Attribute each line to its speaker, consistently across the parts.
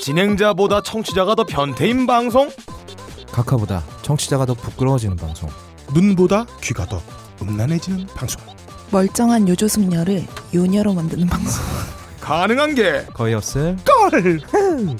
Speaker 1: 진행자보다 청취자가 더 변태인 방송?
Speaker 2: 카카보다 청취자가 더 부끄러워지는 방송
Speaker 3: 눈보다 귀가 더 음란해지는 방송
Speaker 4: 멀쩡한 요조숙녀를 요녀로 만드는 방송.
Speaker 1: 가능한 게
Speaker 2: 거의 없을
Speaker 3: 네, 걸!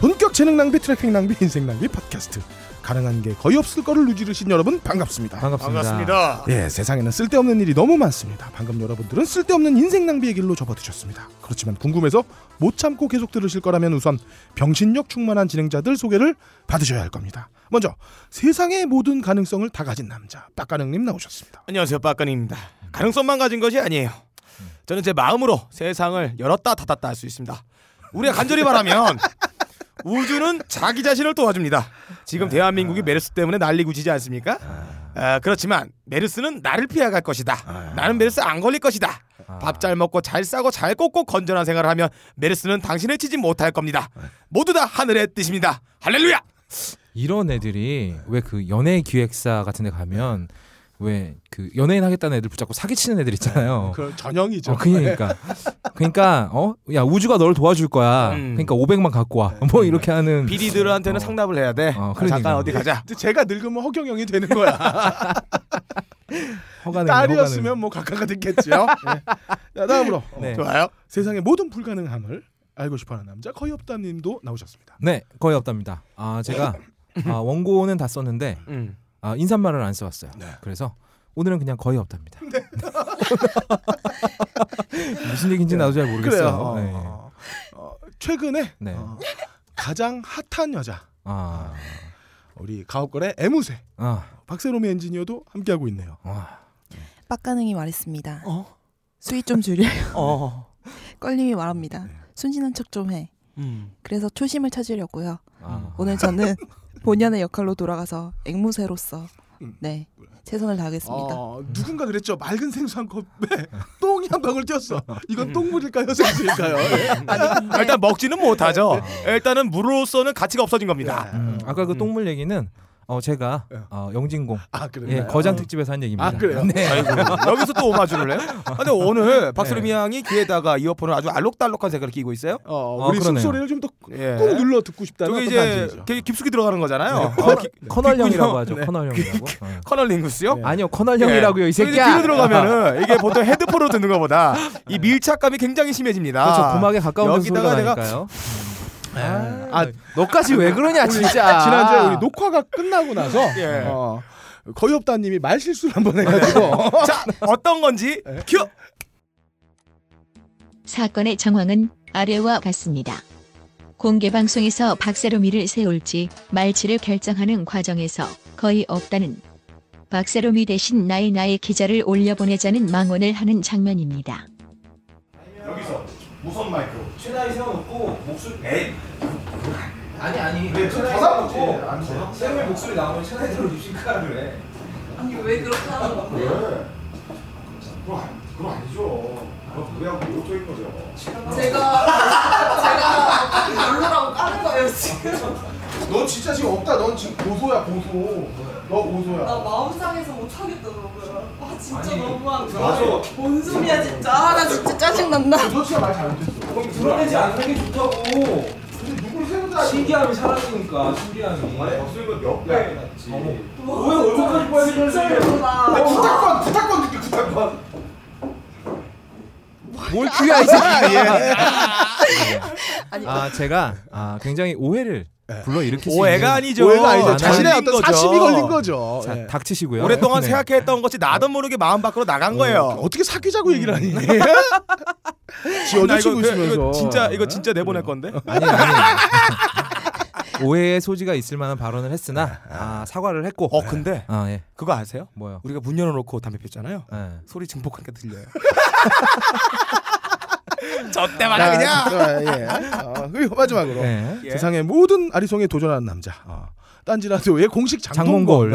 Speaker 3: 본격 재능 낭비, 트래핑 낭비, 인생 낭비 팟캐스트 가능한 게 거의 없을 거를 누지르신 여러분 반갑습니다.
Speaker 2: 반갑습니다.
Speaker 1: 반갑습니다.
Speaker 3: 예, 세상에는 쓸데없는 일이 너무 많습니다. 방금 여러분들은 쓸데없는 인생 낭비의 길로 접어드셨습니다. 그렇지만 궁금해서 못 참고 계속 들으실 거라면 우선 병신력 충만한 진행자들 소개를 받으셔야 할 겁니다. 먼저 세상의 모든 가능성을 다 가진 남자 빡가능님 나오셨습니다.
Speaker 1: 안녕하세요 빠까님입니다. 가능성만 가진 것이 아니에요. 저는 제 마음으로 세상을 열었다 닫았다 할 수 있습니다. 우리가 간절히 바라면 우주는 자기 자신을 도와줍니다.
Speaker 2: 아.
Speaker 1: 지금 대한민국이 메르스 때문에 난리구지지 않습니까? 아, 그렇지만 메르스는 나를 피해갈
Speaker 2: 아.
Speaker 1: 것이다. 나는 메르스 안 걸릴 것이다. 밥 잘 먹고 잘 싸고 잘 꽂고 건전한 생활을 하면 메르스는 당신을 치지 못할 겁니다.
Speaker 2: 아.
Speaker 1: 모두 다 하늘의 뜻입니다. 할렐루야!
Speaker 2: 이런 애들이 왜 그 연예 기획사 같은 데 가면 왜 그 연예인 하겠다는 애들 붙잡고 사기치는 애들 있잖아요.
Speaker 3: 그 전형이죠.
Speaker 2: 어, 그러니까 그러니까 어야 우주가 너를 도와줄 거야.
Speaker 1: 음.
Speaker 2: 그러니까 500만 갖고 와. 뭐 이렇게 하는
Speaker 1: 비리들한테는
Speaker 2: 어.
Speaker 1: 상담을 해야 돼.
Speaker 2: 어,
Speaker 1: 아,
Speaker 2: 그러니까.
Speaker 1: 잠깐 어디 가자.
Speaker 3: 제가 늙으면 허경영이 되는 거야.
Speaker 2: 허가는
Speaker 3: 딸이었으면 뭐 각하가 됐겠지요. 예. 자, 다음으로 어,
Speaker 2: 네.
Speaker 1: 좋아요.
Speaker 3: 세상의 모든 불가능함을 알고 싶어하는 남자 거의 없다님도 나오셨습니다.
Speaker 2: 네 거의 없답니다. 아 제가 아, 원고는 다 썼는데
Speaker 1: 음.
Speaker 2: 아, 인사말을 안 써왔어요.
Speaker 1: 네.
Speaker 2: 그래서 오늘은 그냥 거의 없답니다. 무슨 얘기인지 나도 잘 모르겠어요.
Speaker 3: 어,
Speaker 2: 네.
Speaker 3: 어, 최근에
Speaker 2: 네.
Speaker 3: 어, 가장 핫한 여자
Speaker 2: 아,
Speaker 3: 우리 가옥걸의 애무새
Speaker 2: 아,
Speaker 3: 박세롬이 엔지니어도 함께하고 있네요.
Speaker 2: 아,
Speaker 4: 빡가능이 말했습니다.
Speaker 1: 어?
Speaker 4: 수위 좀 줄여요.
Speaker 1: 어.
Speaker 4: 껄님이 말합니다. 순진한 척 좀 해.
Speaker 2: 네.
Speaker 1: 음.
Speaker 4: 그래서 초심을 찾으려고요.
Speaker 2: 아.
Speaker 4: 오늘 저는 본연의 역할로 돌아가서 앵무새로서 네 최선을 다하겠습니다.
Speaker 3: 어, 누군가 그랬죠. 맑은 생수한
Speaker 2: 네.
Speaker 3: 컵에 똥이 한 방울 튀었어. 이건 똥물일까요, 생수일까요?
Speaker 2: 네.
Speaker 3: 예.
Speaker 2: 음.
Speaker 1: 아, 일단 먹지는 못하죠. 일단은 물로서는 가치가 없어진 겁니다.
Speaker 2: 음, 아까 그 똥물 얘기는 어, 제가
Speaker 1: 네.
Speaker 3: 예.
Speaker 2: 어, 영진공
Speaker 3: 아
Speaker 2: 예,
Speaker 3: 그래요.
Speaker 1: 어.
Speaker 2: 거장 특집에서 한 얘기입니다.
Speaker 3: 아, 그래요?
Speaker 2: 네.
Speaker 1: 여기서 또 오마주를 해요? 아, 근데 오늘 박수림
Speaker 2: 네.
Speaker 1: 양이 귀에다가 이어폰을 아주 알록달록한 색깔을 끼고 있어요.
Speaker 3: 어,
Speaker 2: 아,
Speaker 3: 우리
Speaker 2: 그러네요.
Speaker 3: 숨소리를 좀 더 꾹
Speaker 1: 예.
Speaker 3: 눌러 듣고 싶다는
Speaker 1: 저게
Speaker 3: 어떤
Speaker 1: 이제
Speaker 3: 간증이죠.
Speaker 1: 되게 깊숙이 들어가는 거잖아요.
Speaker 2: 네.
Speaker 1: 어, 기-
Speaker 2: 커널형이라고
Speaker 1: 귓구녕.
Speaker 2: 하죠.
Speaker 1: 네.
Speaker 2: 커널형이라고. 어.
Speaker 1: 커널링구스요? 예.
Speaker 3: 네.
Speaker 2: 아니요, 커널형이라고요, 이 새끼야.
Speaker 1: 뒤로 들어가면은 이게 보통 헤드폰으로 듣는 것보다 이 밀착감이 굉장히 심해집니다.
Speaker 2: 그렇죠. 고막에 가까운 데서
Speaker 1: 아. 여기다가
Speaker 2: 소리가
Speaker 1: 내가-
Speaker 2: 나니까요.
Speaker 3: 아,
Speaker 2: 너까지 왜 그러냐, 진짜.
Speaker 3: 지난주에 우리
Speaker 5: 아.
Speaker 3: 녹화가 끝나고 나서
Speaker 1: 예.
Speaker 3: 어, 거의 없다님이 말 실수를 한 번
Speaker 5: 아, 네.
Speaker 3: 해가지고
Speaker 1: 자, 어떤 건지 큐.
Speaker 6: 사건의 정황은 아래와 같습니다. 공개 방송에서 박세롬이를 세울지 말지를 결정하는 과정에서 거의 없다는 박세롬이 대신 나의 나의 기자를 올려보내자는 망언을 하는 장면입니다.
Speaker 1: 여기서 무선 마이크로 최나이 세워놓고 목소리 에
Speaker 2: 아니 아니
Speaker 1: 네, 저는 가사 보고 안 돼요.
Speaker 2: 쌤의 목소리 나오면 천하에 들어주실까 그래
Speaker 1: 그건 그건 아니죠. 그건 그냥 오토인 거죠.
Speaker 3: 너 진짜 지금 없다 넌 지금 고소야 고소 너 고소야
Speaker 7: 나 마음상에서 못하겠더라고요. 아 진짜 너무한 거야.
Speaker 1: 맞아.
Speaker 7: 뭔 소리야 진짜. 아, 나 진짜 짜증 난다.
Speaker 3: 너 진짜 말 잘못했어
Speaker 5: 그럼 드러내지 않는 게 좋다고.
Speaker 3: 근데 누굴 세우자
Speaker 5: 신기함이 사라지니까 신기함이. 어.
Speaker 1: 박수림은 옆에 같지.
Speaker 5: 왜 얼굴까지 빨개졌어?
Speaker 7: 나
Speaker 3: 구타권 구타권 느낌 구타권
Speaker 2: 뭘 귀야 이 새끼야
Speaker 4: 아니.
Speaker 2: 아 제가 아, 굉장히 오해를
Speaker 1: 네.
Speaker 2: 불러 일으킬 수
Speaker 1: 오해가
Speaker 2: 있는
Speaker 1: 아니죠.
Speaker 3: 오해가 아니죠
Speaker 2: 아,
Speaker 3: 자신의
Speaker 1: 걸린
Speaker 3: 어떤
Speaker 1: 거죠.
Speaker 3: 사심이 걸린 거죠
Speaker 2: 자,
Speaker 3: 예.
Speaker 2: 닥치시고요
Speaker 1: 오랫동안
Speaker 2: 네.
Speaker 1: 생각했던 것이 나도 모르게 마음 밖으로 나간 거예요. 음.
Speaker 3: 어떻게 사귀자고 얘기를 하니 지
Speaker 1: 나 이거, 그,
Speaker 3: 여자친구
Speaker 1: 이거,
Speaker 3: 있으면서 어.
Speaker 1: 이거 진짜 이거 진짜 내보낼 건데.
Speaker 2: 아니 아니 오해의 소지가 있을 만한 발언을 했으나 아, 사과를 했고
Speaker 1: 어 근데
Speaker 2: 아예
Speaker 1: 그거 아세요?
Speaker 2: 뭐요
Speaker 1: 우리가 문 열어놓고 담배 피웠잖아요.
Speaker 2: 예.
Speaker 1: 소리 증폭하니까 들려요. 저 때마다 그냥.
Speaker 3: 자, 예. 어, 그리고 마지막으로
Speaker 2: 네.
Speaker 1: 예.
Speaker 3: 세상의 모든 아리송에 도전하는 남자 어. 딴지라디오의 공식
Speaker 2: 장몽골
Speaker 3: 장동건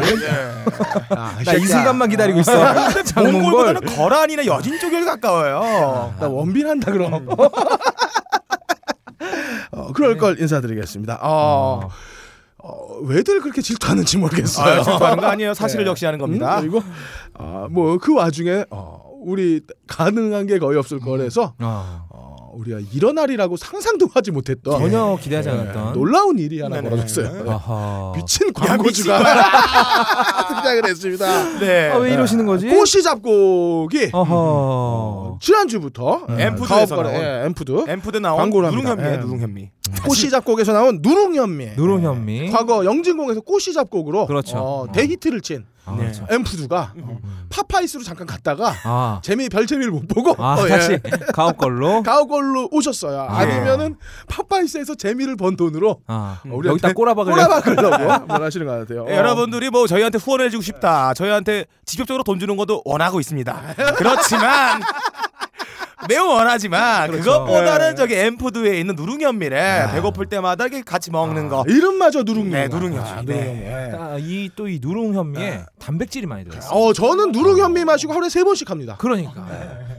Speaker 3: 아,
Speaker 2: 나 이
Speaker 3: 새끼야.
Speaker 2: 순간만 기다리고 있어 장몽골
Speaker 1: 아. 몽골보다는 거란이나 여진 쪽이 가까워요.
Speaker 3: 나 원빈 한다
Speaker 1: 음.
Speaker 3: 그럼. 어, 그럴
Speaker 1: 네.
Speaker 3: 걸 인사드리겠습니다. 어, 어, 왜들 그렇게 질투하는지 모르겠어요.
Speaker 1: 음. 아, 하는 거 아니에요. 사실을
Speaker 3: 네.
Speaker 1: 역시하는
Speaker 3: 음,
Speaker 1: 겁니다.
Speaker 3: 그리고 아, 뭐 그 와중에 어, 우리 가능한 게 거의 없을 거래서
Speaker 2: 아,
Speaker 3: 어, 우리가 이런 날이라고 상상도 하지 못했던
Speaker 2: 전혀 기대하지
Speaker 3: 예,
Speaker 2: 않았던
Speaker 3: 놀라운 일이 하나
Speaker 1: 네네.
Speaker 3: 벌어졌어요.
Speaker 2: 아하.
Speaker 3: 미친 광고주가 등장을 했습니다.
Speaker 1: 네.
Speaker 2: 아, 왜 이러시는 거지?
Speaker 3: 꽃이 잡곡이
Speaker 2: 어.
Speaker 3: 어,
Speaker 2: 아하.
Speaker 3: 지난주부터 예,
Speaker 1: 앰푸드에서
Speaker 3: 가업거래,
Speaker 1: 나온.
Speaker 3: 예, 앰푸드
Speaker 1: 앰프드 나온
Speaker 3: 광고를 합니다.
Speaker 1: 누룽현미
Speaker 3: 예.
Speaker 1: 누룽현미.
Speaker 3: 꽃이 잡곡에서 나온 누룽현미
Speaker 2: 누룽현미.
Speaker 3: 예. 과거 영진공에서 꽃이 잡곡으로
Speaker 2: 그렇죠.
Speaker 3: 어,
Speaker 2: 어.
Speaker 3: 대히트를 친
Speaker 2: 아,
Speaker 1: 네.
Speaker 2: 그렇죠.
Speaker 3: 앰푸드가 어, 파파이스로 잠깐 갔다가
Speaker 2: 아,
Speaker 3: 재미 별 재미를 못 보고
Speaker 2: 아
Speaker 3: 어, 예.
Speaker 2: 다시 가업 걸로.
Speaker 3: 가오걸로 오셨어요.
Speaker 2: 아.
Speaker 3: 아. 니면
Speaker 1: 예.
Speaker 3: 은 파파이스에서 재미를 번 돈으로
Speaker 2: 아,
Speaker 1: 음.
Speaker 3: 우리한테
Speaker 2: 여기다 꼬라박을.
Speaker 3: 꼬라박으려고 뭘 하시는 것 같아요.
Speaker 1: 예, 여러분들이 뭐 저희한테 후원을 해주고 싶다. 저희한테 직접적으로 돈 주는 것도 원하고 있습니다. 그렇지만 매우 원하지만 그것보다는 저기 앰푸드에 있는 누룽현미를 배고플 때마다 이렇게 같이 먹는 거.
Speaker 3: 어, 이름마저 아, 누룽
Speaker 1: 네, 누룽이요. 네.
Speaker 2: 아, 이 또 이 누룽현미에 단백질이 많이 들어. 있어
Speaker 3: 어 저는 누룽 현미 마시고 하루에 세 번씩 합니다.
Speaker 2: 그러니까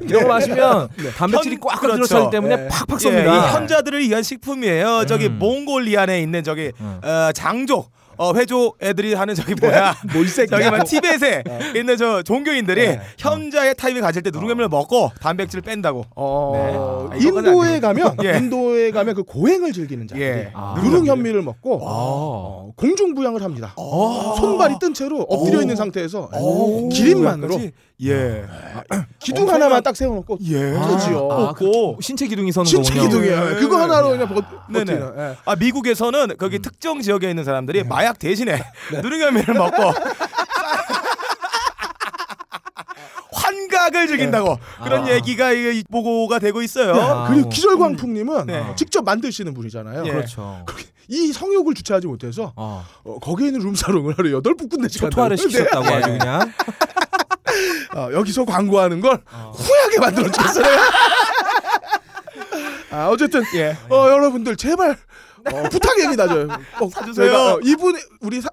Speaker 2: 이런 거 마시면 단백질이
Speaker 1: 현-
Speaker 2: 꽉꽉
Speaker 1: 그렇죠.
Speaker 2: 들어있기 때문에
Speaker 3: 예.
Speaker 2: 팍팍
Speaker 1: 예,
Speaker 2: 쏩니다.
Speaker 1: 이 현자들을 위한 식품이에요. 저기
Speaker 2: 음.
Speaker 1: 몽골리안에 있는 저기
Speaker 2: 음. 네.
Speaker 1: 어, 장족 어, 회조 애들이 하는 저기 뭐야?
Speaker 3: 몰색이야.
Speaker 1: 저기 막 티벳에
Speaker 2: 어.
Speaker 1: 있는 저 종교인들이
Speaker 2: 네.
Speaker 1: 현자의 타입을 가질 때 누룽현미를 먹고 단백질을 뺀다고.
Speaker 3: 어,
Speaker 1: 네. 아, 이거는
Speaker 3: 인도에 가면
Speaker 1: 예.
Speaker 3: 인도에 가면 그 고행을 즐기는 자들이
Speaker 1: 예.
Speaker 2: 아.
Speaker 3: 누룽 현미를 먹고
Speaker 2: 아.
Speaker 3: 어, 공중 부양을 합니다. 손발이 뜬 채로 엎드려
Speaker 1: 아. 오.
Speaker 3: 있는 상태에서
Speaker 1: 어. 오,
Speaker 3: 기린만으로
Speaker 1: 여기까지? 어, 예.
Speaker 3: 기둥
Speaker 1: 엄청난-
Speaker 3: 하나만 딱 세워놓고
Speaker 1: 예.
Speaker 3: 뜨지요.
Speaker 2: 아,
Speaker 1: 그렇죠.
Speaker 2: 그 신체 기둥이 서는
Speaker 3: 신체
Speaker 2: 거군요. 네.
Speaker 3: 기둥이에요. 예, 그거 하나로 그냥 버,
Speaker 1: 네, 네네.
Speaker 3: 버티는. 예.
Speaker 1: 아 미국에서는 거기 특정 지역에 있는 사람들이 마약 대신에 누룽현미를 먹고 환각을 즐긴다고 그런
Speaker 2: 아.
Speaker 1: 얘기가 이- 보고가 되고 있어요.
Speaker 2: 아,
Speaker 3: 그리고
Speaker 2: 오.
Speaker 3: 기절광풍님은
Speaker 1: 네.
Speaker 3: 직접 만드시는 분이잖아요.
Speaker 1: 예.
Speaker 2: 그렇죠.
Speaker 3: 이 성욕을 주체하지 못해서
Speaker 2: 어.
Speaker 3: 어, 거기에 있는 룸사롱을 하루 여덟 군데 시간
Speaker 2: 초토화를 시키셨다고 아주 그냥.
Speaker 3: 어, 여기서 광고하는 걸
Speaker 1: 아.
Speaker 3: 후하게 만들어 주셨어요. 아, 어쨌든
Speaker 1: 예.
Speaker 3: 어, 여러분들 제발 어, 부탁입니다. 저 어,
Speaker 1: 사주세요.
Speaker 3: 제가, 어, 이분 우리 사,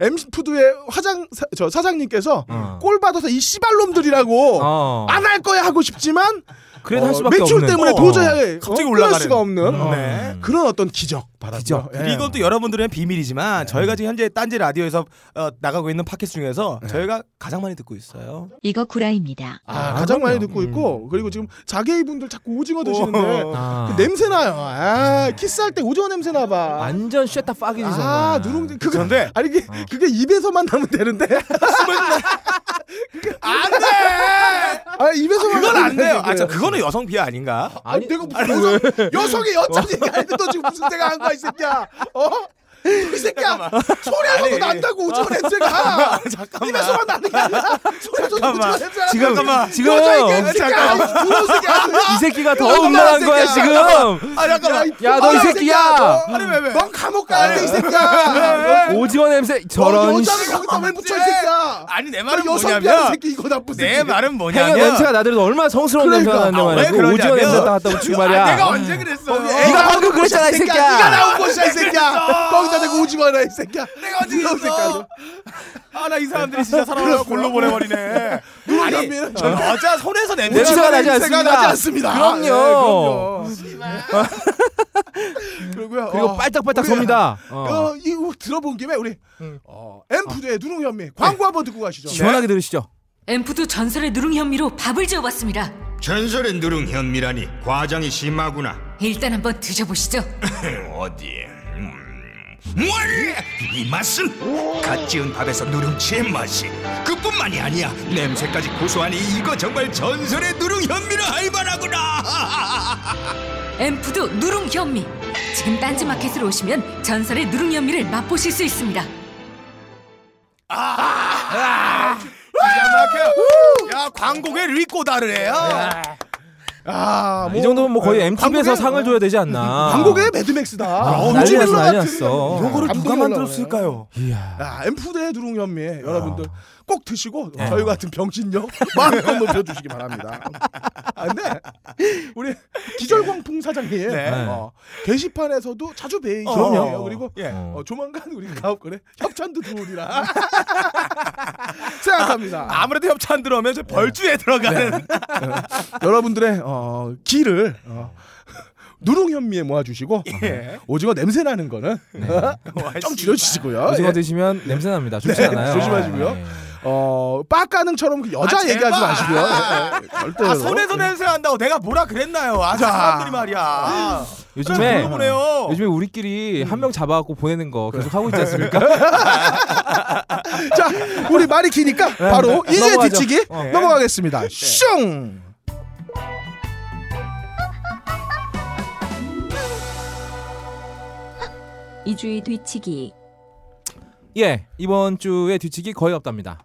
Speaker 3: M 푸드의 화장 사, 저 사장님께서
Speaker 2: 어.
Speaker 3: 꼴 받아서 이 씨발놈들이라고
Speaker 2: 어.
Speaker 3: 안 할 거야 하고 싶지만
Speaker 2: 그래도
Speaker 3: 아, 어,
Speaker 2: 할 수밖에
Speaker 3: 매출
Speaker 2: 없는.
Speaker 3: 때문에
Speaker 2: 어.
Speaker 3: 도저히
Speaker 1: 갑자기
Speaker 3: 어,
Speaker 1: 올라가는.
Speaker 3: 끊을 수가 없는
Speaker 1: 음.
Speaker 3: 어,
Speaker 1: 네.
Speaker 3: 그런 어떤 기적 받았죠.
Speaker 2: 기적.
Speaker 3: 예.
Speaker 1: 이건 또 여러분들의 비밀이지만 저희가 지금 현재 딴지 라디오에서 어, 나가고 있는 팟캐스트 중에서 저희가 가장 많이 듣고 있어요.
Speaker 6: 이거 구라입니다.
Speaker 3: 아,
Speaker 2: 아,
Speaker 3: 가장 많이
Speaker 2: 그럼요.
Speaker 3: 듣고 있고 그리고 지금 자개이 분들 자꾸 오징어 드시는데
Speaker 1: 오.
Speaker 2: 아.
Speaker 3: 그 냄새 나요. 아, 키스할 때 오징어 냄새 나 봐.
Speaker 2: 완전 쉐다 빠기지
Speaker 3: 아,
Speaker 2: 정말.
Speaker 3: 누룽지 그거
Speaker 1: 그런데
Speaker 3: 아니 이게 그게 입에서만 나면 되는데.
Speaker 1: 안돼.
Speaker 3: 아, 입에서만
Speaker 1: 그건
Speaker 3: 나면
Speaker 1: 안 돼요.
Speaker 3: 되는데.
Speaker 1: 아, 저 그거는 여성 비하 아닌가?
Speaker 3: 아니, 내가 무슨 여성, 여성의 여자니까 아닌데 너 지금 무슨 내가 한 거야 이 새끼야. 어? 이 새끼야 소리하고도 난다고 오징어 냄새가
Speaker 1: 잠깐만.
Speaker 3: 입에서만 나는 게 아니라 소리하고도 오징어
Speaker 1: 잠깐만.
Speaker 3: 냄새가
Speaker 1: 지금 잠깐만.
Speaker 2: 지금
Speaker 3: 여자이게 이 새끼야
Speaker 1: 잠깐만.
Speaker 3: 아니, 부러운 새끼야
Speaker 2: 이 새끼가 더
Speaker 3: 잠깐만,
Speaker 2: 음란한
Speaker 3: 그 새끼야. 어,
Speaker 2: 거야 지금.
Speaker 1: 아 잠깐만.
Speaker 2: 야, 너이 새끼야.
Speaker 1: 아니 왜 왜?
Speaker 3: 넌 감옥 가야 돼 이 새끼야.
Speaker 2: 오징어 냄새 저런.
Speaker 3: 너 네. 여자를 거기다 왜 붙여 이 새끼야.
Speaker 1: 아니 내
Speaker 3: 너
Speaker 1: 말은
Speaker 3: 여성 피하는
Speaker 1: 뭐냐면
Speaker 3: 새끼 이거 나쁜
Speaker 1: 내
Speaker 3: 새끼.
Speaker 1: 말은
Speaker 2: 행여
Speaker 1: 뭐냐면
Speaker 2: 냄새가 나더라도 얼마나 성스러운
Speaker 3: 그러니까.
Speaker 2: 냄새가 난단
Speaker 1: 아, 왜
Speaker 2: 말이야. 그 오징어
Speaker 1: 그러냐면-
Speaker 2: 냄새 다 갖다 붙이고 말이야.
Speaker 1: 아, 내가 언제 그랬어?
Speaker 2: 네가 방금 그랬잖아 이
Speaker 3: 네가
Speaker 2: 새끼야.
Speaker 3: 나온 곳이야 이 새끼야. 거기다 대고 오지 마라 이 새끼야. 내가
Speaker 1: 아. 어떻게 했어? 아 나 이 사람들이 진짜 사람을 골로 보내버리네. 아니 저 여자 손에서 냄새
Speaker 2: 냄새가 나지
Speaker 3: 냄새가 나지 않습니다.
Speaker 1: 아,
Speaker 2: 그럼요.
Speaker 3: 예,
Speaker 1: 네,
Speaker 3: 그럼요. 그리고요.
Speaker 2: 그리고
Speaker 3: 어,
Speaker 2: 빨딱빨딱
Speaker 3: 우리,
Speaker 2: 섭니다. 어. 아.
Speaker 3: 어, 이거 들어본 김에 우리 어, 엠푸드의 누룽 현미 광고 한번 듣고 가시죠.
Speaker 2: 네. 시원하게 들으시죠.
Speaker 8: 앰프도 전설의 누룽 현미로 밥을 지어봤습니다.
Speaker 9: 전설의 누룽 현미라니 과장이 심하구나.
Speaker 8: 일단 한번 드셔보시죠.
Speaker 9: 어디? 음. 뭘? 이 맛은 갓 지은 밥에서 누룽지의 맛이 그뿐만이 아니야 냄새까지 고소하니 이거 정말 전설의 누룽 현미라 할 만하구나.
Speaker 8: 앰프도 누룽 현미. 지금 딴지마켓으로 오시면 전설의 누룽 현미를 맛보실 수 있습니다.
Speaker 1: 기가 막혀. 야 광고계 리꼬다를 해요.
Speaker 3: 네. 아,
Speaker 2: 이 정도면 뭐 거의 MTV에서
Speaker 3: 광고계- 어.
Speaker 2: 상을 줘야 되지 않나.
Speaker 3: 광고계 매드맥스다.
Speaker 2: 아, 난리
Speaker 3: 요즘
Speaker 2: 났어,
Speaker 3: 일러
Speaker 2: 난리
Speaker 3: 같은
Speaker 2: 났어.
Speaker 3: 이런 거를 누가 만들었을까?
Speaker 2: 이야.
Speaker 3: 야, 아, 엠푸드의 누룽 현미 여러분들
Speaker 1: 아.
Speaker 3: 꼭 드시고
Speaker 1: 네.
Speaker 3: 저희 같은 병신력 마음껏 높여주시기 바랍니다. 아, 근데 우리 기절광풍 사장님
Speaker 1: 네.
Speaker 3: 어, 게시판에서도 자주 뵈이죠.
Speaker 1: 그럼요.
Speaker 3: 그리고
Speaker 1: 예.
Speaker 3: 어, 조만간 우리 가업거래 협찬도 들어오리라 생각합니다.
Speaker 1: 아무래도 협찬 들어오면 저 벌주에 들어가는. 아.
Speaker 3: 여러분들의 어, 기를 어, 누룽 현미에 모아주시고
Speaker 1: 예. 네.
Speaker 3: 오징어 냄새 나는 거는 좀 줄여주시고요.
Speaker 2: 오징어
Speaker 3: 예.
Speaker 2: 드시면 냄새 납니다. 좋지 않아요.
Speaker 3: 조심하시고요.
Speaker 2: 네.
Speaker 3: 어 빠까능처럼 그 여자
Speaker 1: 아, 제발.
Speaker 3: 얘기하지 마시고요. 예, 예, 절대로.
Speaker 1: 아 손에서 냄새 난다고 내가 뭐라 그랬나요? 아
Speaker 3: 자.
Speaker 1: 사람들이 말이야.
Speaker 2: 요즘에
Speaker 1: 보네요.
Speaker 2: 요즘에 우리끼리 한 명 잡아갖고 보내는 거 계속 하고 있지 않습니까?
Speaker 3: 자 우리 말이 기니까 바로 이제
Speaker 2: 네, 넘어가죠.
Speaker 3: 뒤치기
Speaker 2: 어.
Speaker 3: 넘어가겠습니다. 슝.
Speaker 8: 이주의 뒤치기.
Speaker 2: 예, 이번 주에 뒤치기 거의 없답니다.